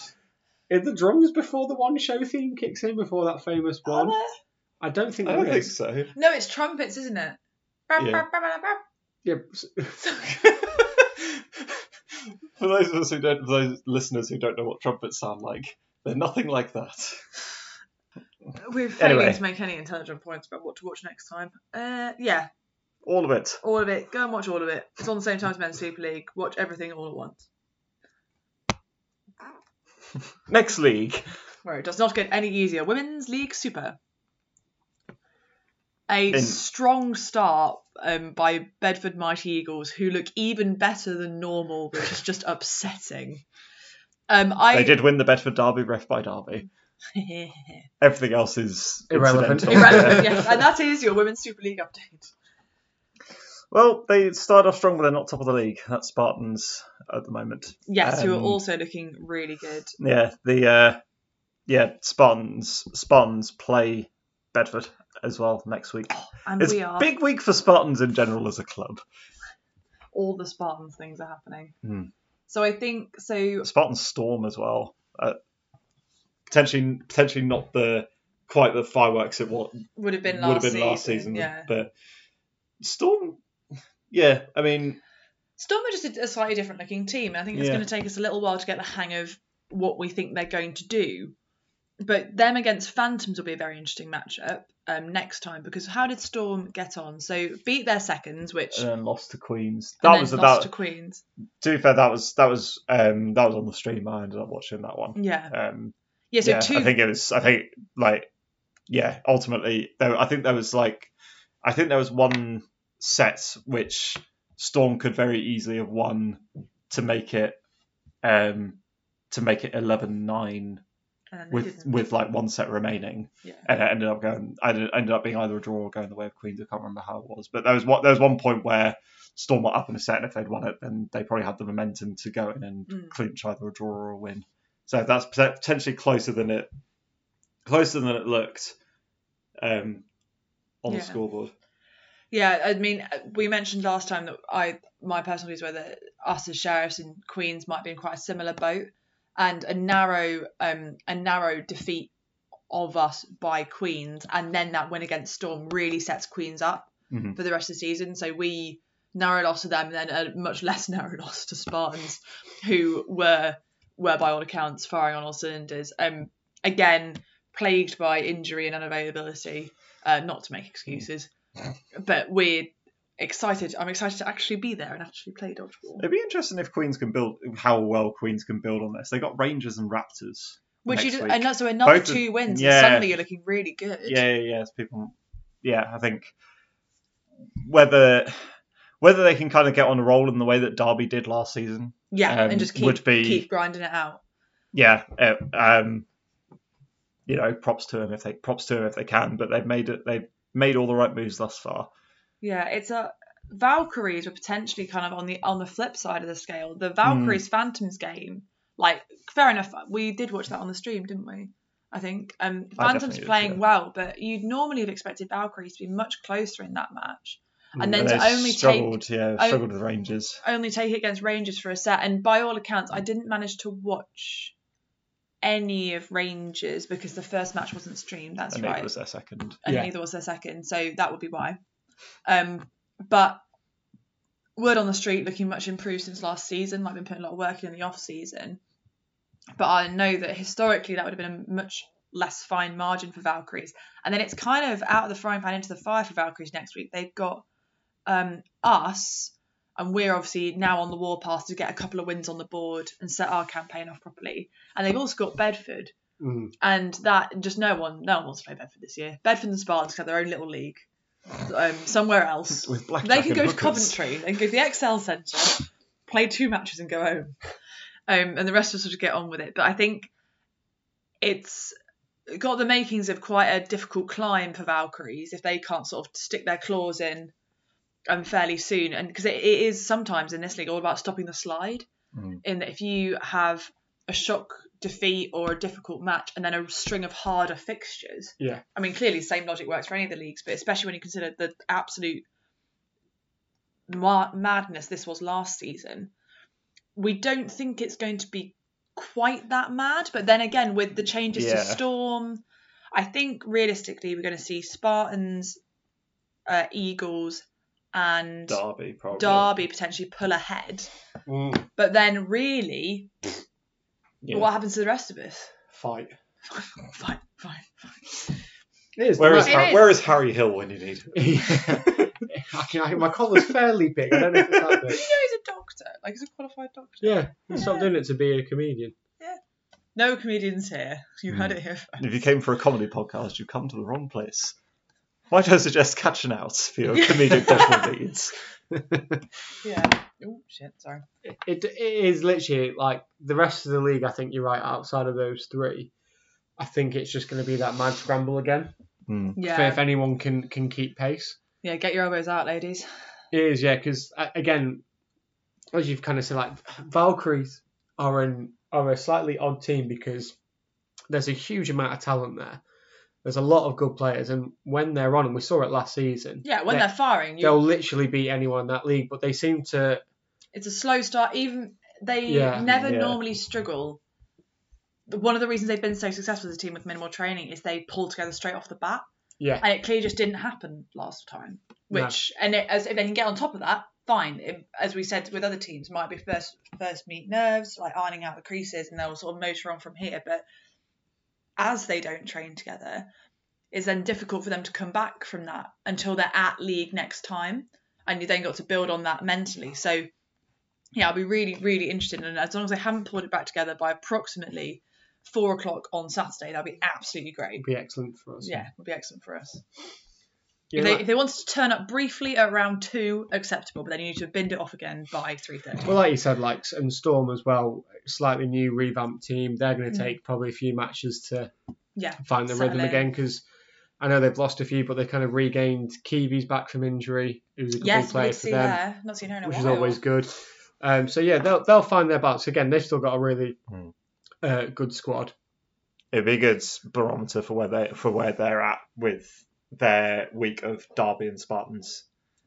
is the drums before the one show theme kicks in before that famous
Are
one?
there?
I don't think
I
Oh,
there
don't think
is.
so.
No, it's trumpets, isn't it?
Yeah.
Yeah, s-
For those of us who don't, for those listeners who don't know what trumpets sound like, they're nothing like that.
We're failing
Anyway.
to make any intelligent points about what to watch next time. Uh, yeah,
All of it.
all of it. Go and watch all of it. It's on the same time as Men's Super League. Watch everything all at once.
Next league.
Where it does not get any easier. Women's League Super. A
In-
strong start um, by Bedford Mighty Eagles, who look even better than normal, which is just upsetting. Um, I
They did win the Bedford Derby, ref by Derby.
*laughs*
Everything else is
Irrelevant.
incidental.
irrelevant, yes, and that is your Women's Super League update.
Well, they start off strong, but they're not top of the league. That's Spartans at the moment.
Yes, who are
Um,
also looking really good.
Yeah, the uh, yeah Spartans Spartans play Bedford as well next week.
And
It's
Oh, we are
big week for Spartans in general as a club.
all the Spartans things are happening.
Hmm.
So I think so.
Spartans Storm as well. Uh, potentially, potentially not the quite the fireworks it was,
Would have been
would
last
have been
season.
last season.
Yeah,
But Storm, yeah, I mean,
Storm are just a, a slightly different looking team. and I think it's
Yeah.
going to take us a little while to get the hang of what we think they're going to do. But them against Phantoms will be a very interesting matchup um, next time because how did Storm get on? So beat their seconds, which
and then lost to Queens.
and
Uh, That
then
was
lost
about.
to Queens.
To be fair, that was that was um that was on the stream. I ended up watching that one.
Yeah,
Um,
yeah. So
yeah,
two.
I think it was. I think like yeah. Ultimately, there, I think there was like, I think there was one set which Storm could very easily have won to make it, um, to make it 11-9
and then they
with
didn't.
with like one set remaining,
Yeah.
and it ended up going. I did- ended up being either a draw or going the way of Queens. I can't remember how it was, but there was one there was one point where. Storm were up in a set, and if they'd won it, then they probably had the momentum to go in and
Mm.
clinch either a draw or a win. So that's pot- potentially closer than it closer than it looked um, on
Yeah.
the scoreboard.
Yeah, I mean, uh, we mentioned last time that I my personal views were that us as sheriffs and Queens might be in quite a similar boat, and a narrow um a narrow defeat of us by Queens, and then that win against Storm really sets Queens up
Mhm.
for the rest of the season. So we narrow loss to them, and then a much less *laughs* narrow loss to Spartans, who were were by all accounts firing on all cylinders. Um, again plagued by injury and unavailability. Uh, not to make excuses, but we're excited. I'm excited to actually be there and actually play dodgeball.
It'd be interesting if Queens can build how well Queens can build on this. They got Rangers and Raptors.
Which you
next
do,
week.
and that's- so another
Both of-
two wins,
yeah.
and suddenly you're looking really good.
yeah, yeah, yeah. it's people, yeah, I think whether whether they can kind of get on a roll in the way that Derby did last season.
Yeah,
um,
and just keep
would be-
keep grinding it out.
Yeah, uh, um, you know, props to them if they props to them if they can. But they've made it. They've made all the right moves thus far.
Yeah, it's a Valkyries were potentially kind of on the on the flip side of the scale.
Hmm.
The Valkyries Phantoms game, like fair enough, we did watch that on the stream, didn't we? I think um,
I definitely
Phantoms
did,
playing
yeah.
well, but you'd normally have expected Valkyries to be much closer in that match. *laughs* And
Mm.
then
they
to only take-
struggled, yeah,
oh-
struggled with Rangers.
Only take it against Rangers for a set, and by all accounts, I didn't manage to watch any of Rangers because the first match wasn't streamed. That's
and
right.
it was their second.
and
yeah,
neither was their second, so that would be why. Um, but word on the street, looking much improved since last season. Like been putting a lot of work in the off season, but I know that historically that would have been a much less fine margin for Valkyries. And then it's kind of out of the frying pan into the fire for Valkyries next week. They've got um, us, and we're obviously now on the warpath to get a couple of wins on the board and set our campaign off properly. And they've also got Bedford,
Mm.
and that just no one no one wants to play Bedford this year. Bedford and Spartans have their own little league um, somewhere else.
with blackjack
they can
and
go to
hookers.
Coventry and go to the XL Centre, play two matches and go home, um, and the rest of us will just get on with it. But I think it's got the makings of quite a difficult climb for Valkyries if they can't sort of stick their claws in um, fairly soon. And because it, it is sometimes in this league all about stopping the slide.
Mm.
In that if you have a shock defeat or a difficult match and then a string of harder fixtures.
Yeah.
I mean, clearly, same logic works for any of the leagues, but especially when you consider the absolute ma- madness this was last season. We don't think it's going to be quite that mad, but then again, with the changes
Yeah.
to Storm, I think realistically we're going to see Spartans, uh, Eagles, and Derby,
Derby, probably.
potentially pull ahead.
Mm.
But then, really,
Yeah.
what happens to the rest of us? *laughs*
Fight.
Fine, fine.
It is.
Where is,
It
Har-
is.
where is Harry Hill when you need him?
*laughs* I can, I, my collar's fairly big. I don't know if it's that big.
You know he's a doctor, like he's a qualified doctor.
Yeah, stop doing it to be a comedian.
No comedians here. You heard
Mm.
it here
And If you came for a comedy podcast, you've come to the wrong place. Why do I suggest catching out for your comedic *laughs* dodgeball needs?
Yeah. Oh shit, sorry.
It, it is literally like the rest of the league. I think you're right. Outside of those three, I think it's just going to be that mad scramble again.
Hmm.
If-
Yeah.
If anyone can can keep pace.
Yeah, get your elbows out, ladies.
It is, yeah, because again, as you've kind of said, like Valkyries are an are a slightly odd team because there's a huge amount of talent there. There's a lot of good players, and when they're on, and we saw it last season,
Yeah, when
they-
they're firing,
they'll
you,
literally beat anyone in that league. But they seem to,
it's a slow start. Even they
Yeah.
never
Yeah.
normally struggle. The- One of the reasons they've been so successful as a team with minimal training is they pull together straight off the bat,
yeah,
and it clearly just didn't happen last time.
No.
Which and it, as if they can get on top of that, fine. It, as we said with other teams, might be first first meet nerves, like ironing out the creases, and they'll sort of motor on from here. But as they don't train together, it's then difficult for them to come back from that until they're at league next time. And you then got to build on that mentally. So, yeah, I'll be really, really interested. And as long as they haven't pulled it back together by approximately four o'clock on Saturday, that'll be absolutely great.
it'd be excellent for us.
Yeah, it'll be excellent for us.
You're
if, they,
right.
if they wanted to turn up briefly at round two, acceptable, but then you need to bend it off again by 3.30.
Well, like you said, like and Storm as well, slightly new revamped team. They're going to
Mm.
take probably a few matches to
Yeah,
find the rhythm
settle in.
again because I know they've lost a few, but they kind of regained Kiwi's back from injury, who's a good
yes, we
player
did
for
see
them,
her. Not seen her in a
which
while.
is always good. Um, so yeah, they'll they'll find their balance again. They've still got a really
Hmm.
uh, good squad.
It'd be a good barometer for where they for where they're at with their week of Derby and Spartans.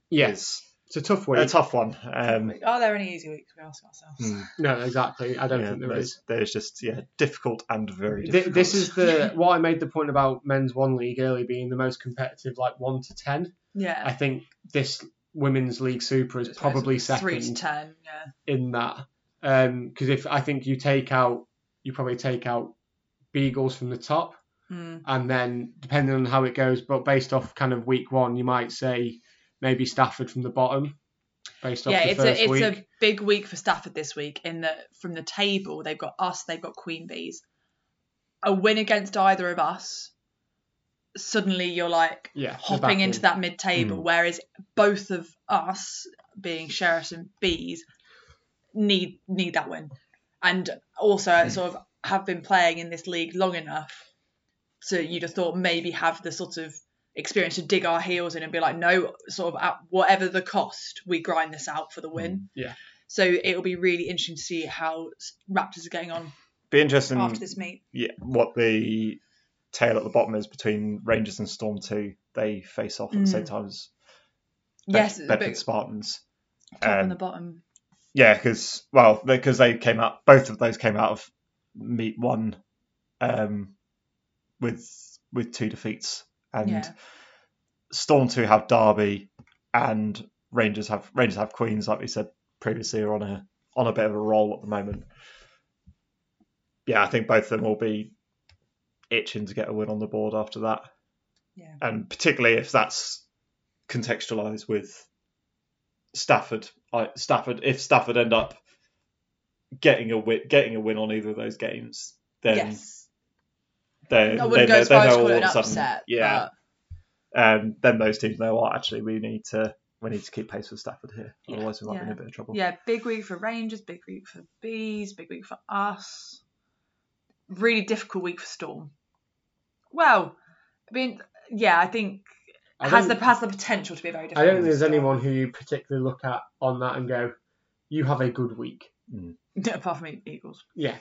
Yes,
Is
It's a tough
A
week.
tough one. Um,
Are there any easy weeks? We ask ourselves.
mm,
no, exactly. I don't
yeah,
think there
there's,
is.
there's just yeah, difficult and very
Th-
difficult.
this is
*laughs*
the what I made the point about men's one league earlier being the most competitive, like one to ten. Hmm. I
Yeah.
think this women's league super is
It's
probably
Three to
second
ten. Yeah.
in that. Because if I think you take out, you probably take out Beagles from the top,
Mm.
and then depending on how it goes, but based off kind of week one, you might say maybe Stafford from the bottom, based off
Yeah,
the
it's
first
a it's
week.
a big week for Stafford this week in that from the table they've got us, they've got Queen Bees. A win against either of us, suddenly you're like
yeah, they're back
hopping into
in. Hmm.
that mid table,
Mm.
whereas both of us, being Sheriffs and Bees, need need that win. And also
Hmm.
sort of have been playing in this league long enough so you'd have thought maybe have the sort of experience to dig our heels in and be like, no, sort of at whatever the cost, we grind this out for the win.
Hmm, Yeah.
So it'll be really interesting to see how s- Raptors are getting on
Be interesting
Hmm.
after this meet.
yeah, what the tail at the bottom is between Rangers and Storm 2. They face off at the
Mm.
same time as Bed-
yes, it's a
Bedford
bit
Spartans.
top
um,
and the bottom.
Yeah, because, well, because they came out, both of those came out of meet one um, with with two defeats. And
Yeah.
Storm 2 have Derby and Rangers have Rangers have Queens, like we said previously, are on a on a bit of a roll at the moment. Yeah, I think both of them will be itching to get a win on the board after that.
Yeah.
And Um, particularly if that's contextualized with Stafford. I, Stafford if Stafford end up getting a win getting a win on either of those games, then
yes.
they
I
they,
wouldn't go
know-
as
they
far as
know
to
all
call
of
it an
a sudden.
upset.
yeah
but-
um, then those teams know, well, actually, we need to we need to keep pace with Stafford here,
Yeah,
otherwise we might be in
yeah.
a bit of trouble.
yeah, big week for Rangers, big week for Bees, big week for us. Really difficult week for Storm. Well, I mean, yeah, I think
I
has the
don't-
has the potential to be a very
I
difficult.
don't think
week
there's
for Storm. *laughs*
anyone who you particularly look at on that and go, you have a good week.
apart from E- Eagles.
Yeah.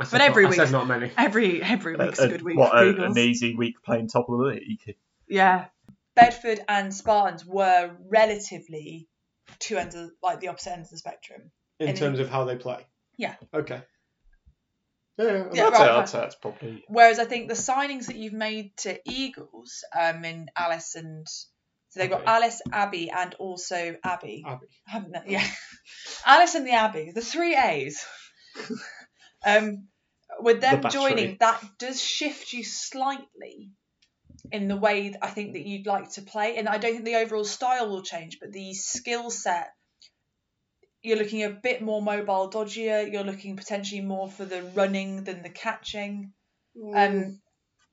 I said
But every
not, I
week-
said not many.
Every every week's a,
A- a-
good week
what
for
a-
Eagles.
an easy week playing top of the league.
Yeah. Bedford and Spartans were relatively two ends of like the opposite ends of the spectrum.
In
any-
terms of how they play?
Yeah.
Okay. Yeah,
Yeah,
I'd, say,
right,
I'd
right.
say that's probably
Whereas I think the signings that you've made to Eagles, um, in Alice and so they've got
Abby.
Alice, Abby, and also Abby,
Abby.
haven't they? Yeah, *laughs* Alice and the Abby, the three A's. um, with them
battery.
joining, that does shift you slightly in the way that I think that you'd like to play, and I don't think the overall style will change, but the skill set. You're looking a bit more mobile, dodgier. You're looking potentially more for the running than the catching um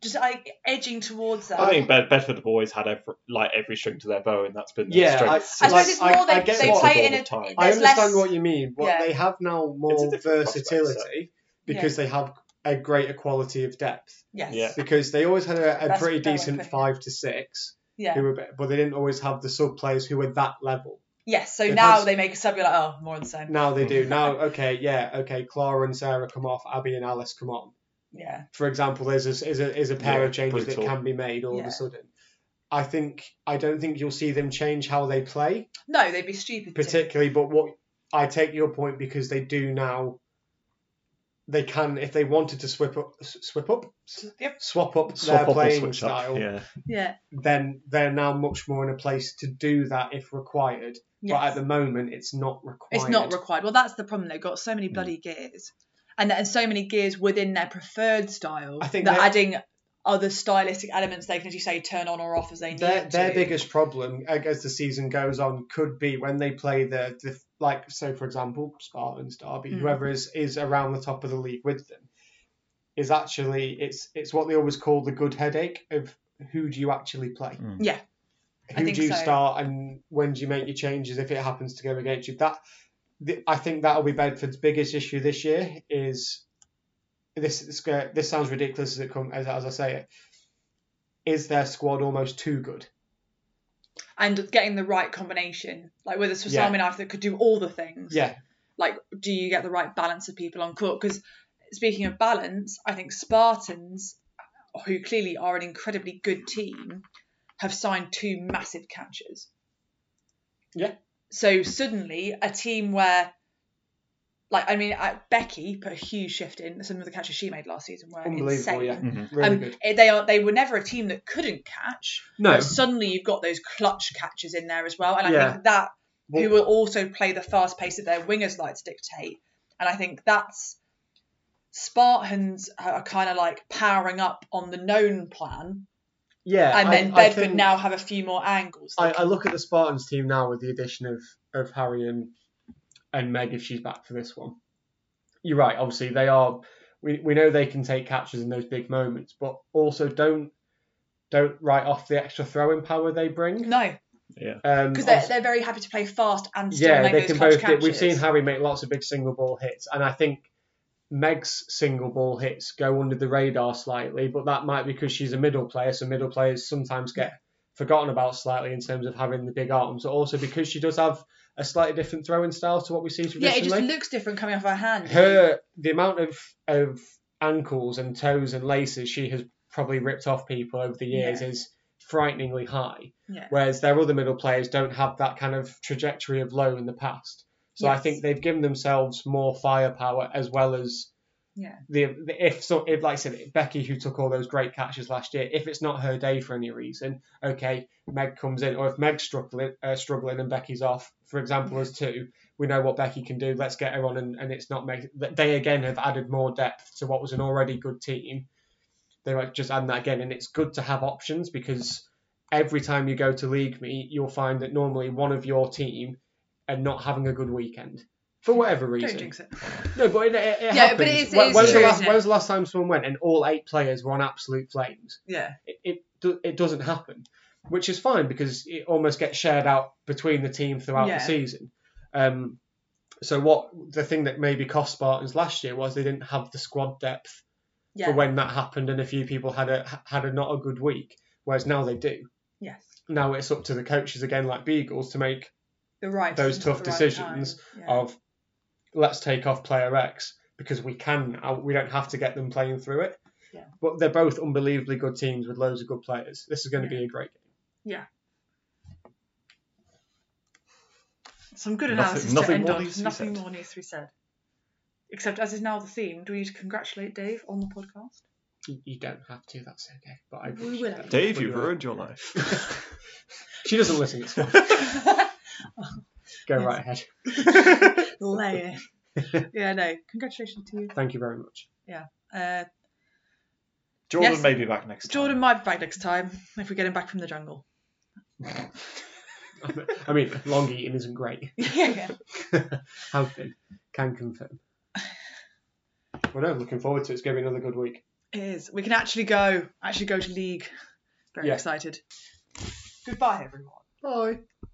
just like edging towards that.
I think Bed- Bedford have always had every, like every string to their bow, and that's been their
Yeah, I-
strength.
I
since-
suppose it's more
Like, I- I
they,
get
they
what-
play it in a
all the time.
I
there's
understand
less-
what you mean. What
yeah.
they have now more
different prospect, so-
versatility because they have a greater quality of depth.
yes.
Yeah.
Because they always had a, a
That's
pretty
a better way of
decent
putting it.
five to six,
Yeah.
who were, be- but they didn't always have the sub players who were that level.
Yes. So
It
now
has-
they make a sub. You're like, oh, more of the same.
Now they
Mm-hmm.
do. Now, okay, yeah, okay. Clara and Sarah come off. Abby and Alice come on.
Yeah.
for example, there's a, is a, is a pair
Yeah,
of changes
brutal.
that can be made all of
Yeah.
a sudden. I think I don't think you'll see them change how they play
No, they'd be stupid. to.
particularly, but what I take your point because they do now. They can if they wanted to swip up, s- swip up,
Yep.
swap up
Swap
their
up or
playing
switch up,
style.
Yeah.
Yeah.
Then they're now much more in a place to do that if required. But
Yes.
at the moment, it's not required. Mm.
It's not required. Well, that's the problem. They've got so many bloody gears, and and so many gears within their preferred style.
I think
that
they-
adding other stylistic elements they can, as you say, turn on or off as they need
their,
to.
their biggest problem like, as the season goes on could be when they play the, the like so for example Spartans Derby
Mm.
whoever is is around the top of the league with them is actually it's it's what they always call the good headache of who do you actually play
Mm.
Yeah. I
who
think
do you
so.
start and when do you make your changes if it happens to go against you that th- I think that'll be Bedford's biggest issue this year is this this, go- this sounds ridiculous as it come as, as I say it is their squad almost too good
and getting the right combination, like with a Swiss
Yeah.
Army knife that could do all the things.
yeah
like do you get the right balance of people on court because speaking of balance i think spartans who clearly are an incredibly good team have signed two massive catchers
Yeah.
So suddenly, a team where, like, I mean, I, Becky put a huge shift in. Some of the catches she made last season were
Unbelievable,
insane.
yeah. Mm,
Mhm.
Really
I mean,
good.
eh, they are they were never a team that couldn't catch.
No.
But suddenly, you've got those clutch catches in there as well, and I
Um, Yeah.
think that
Well-
who will also play the fast pace that their wingers like to dictate, and I think that's Spartans are kind of like powering up on the known plan,
Yeah.
and
I-
then
I
Bedford
think-
now have a few more angles.
I, I look at the Spartans team now with the addition of, of Harry and and Meg if she's back for this one. You're right. Obviously, they are. We, we know they can take catches in those big moments, but also don't don't write off the extra throwing power they bring.
no,
Um,
because
obviously-
they're, they're very happy to play fast and still
yeah,
make
they
those
can
clutch
both.
catches.
We've seen Harry make lots of big single ball hits, and I think Meg's single ball hits go under the radar slightly, but that might be because she's a middle player, so middle players sometimes get forgotten about slightly in terms of having the big arms, but also because she does have a slightly different throwing style to what we see
yeah, it
traditionally.
just looks different coming off our hand.
Her the amount of of ankles and toes and laces she has probably ripped off people over the years is frighteningly high
yeah.
whereas their other middle players don't have that kind of trajectory of low in the past. So I
Yes.
think they've given themselves more firepower as well as
Yeah.
the, the if so if like I said Becky who took all those great catches last year, if it's not her day for any reason, okay, Meg comes in, or if Meg's struggling, uh, struggling and Becky's off, for example, as two, we know what Becky can do. Let's get her on, and, and it's not Meg. They again have added more depth to what was an already good team. They might just add that again, and it's good to have options because every time you go to league meet, you'll find that normally one of your team are not having a good weekend for whatever
Don't
reason.
jinx it.
No, but it, it, it
Yeah, but
happens.
it is- it
When-
is
when's,
true,
the last,
isn't it?
when's the last time someone went and all eight players were on absolute flames?
Yeah.
It it, do, it doesn't happen, which is fine because it almost gets shared out between the team throughout
Yeah.
the season. Um, so what the thing that maybe cost Spartans last year was they didn't have the squad depth
Yeah.
for when that happened, and a few people had a had a not a good week, whereas now they do.
yes.
Now it's up to the coaches again, like Beagles, to make
The right.
those
things at
tough
the right
decisions
time. Yeah.
of let's take off player X because we can now. We don't have to get them playing through it.
Yeah.
But they're both unbelievably good teams with loads of good players. This is going to
Yeah.
be a great game.
Some good
Nothing-
analysis
nothing
to end
more
on.
needs to be
nothing
said.
more needs to be said. Except as is now the theme, do we need to congratulate Dave on the
*laughs*
podcast?
You- You don't have to. That's okay. But I
We
appreciate
will.
that.
Dave,
We
you've
will.
ruined your life.
*laughs* She doesn't listen. It's fine. Go
Yes.
right ahead.
Lay it. yeah, no. Congratulations to you.
Thank you very much. *laughs*
Uh,
Jordan
Yes.
may be back next
Jordan might be back next time if we get him back from the
*laughs*
jungle.
I mean, long eating isn't great.
yeah.
Have been. Can confirm. Well, no, I'm looking forward to it. It's going to be another good week.
It is. We can actually go. Actually go to league. Very
Yeah.
excited. Goodbye, everyone.
Bye.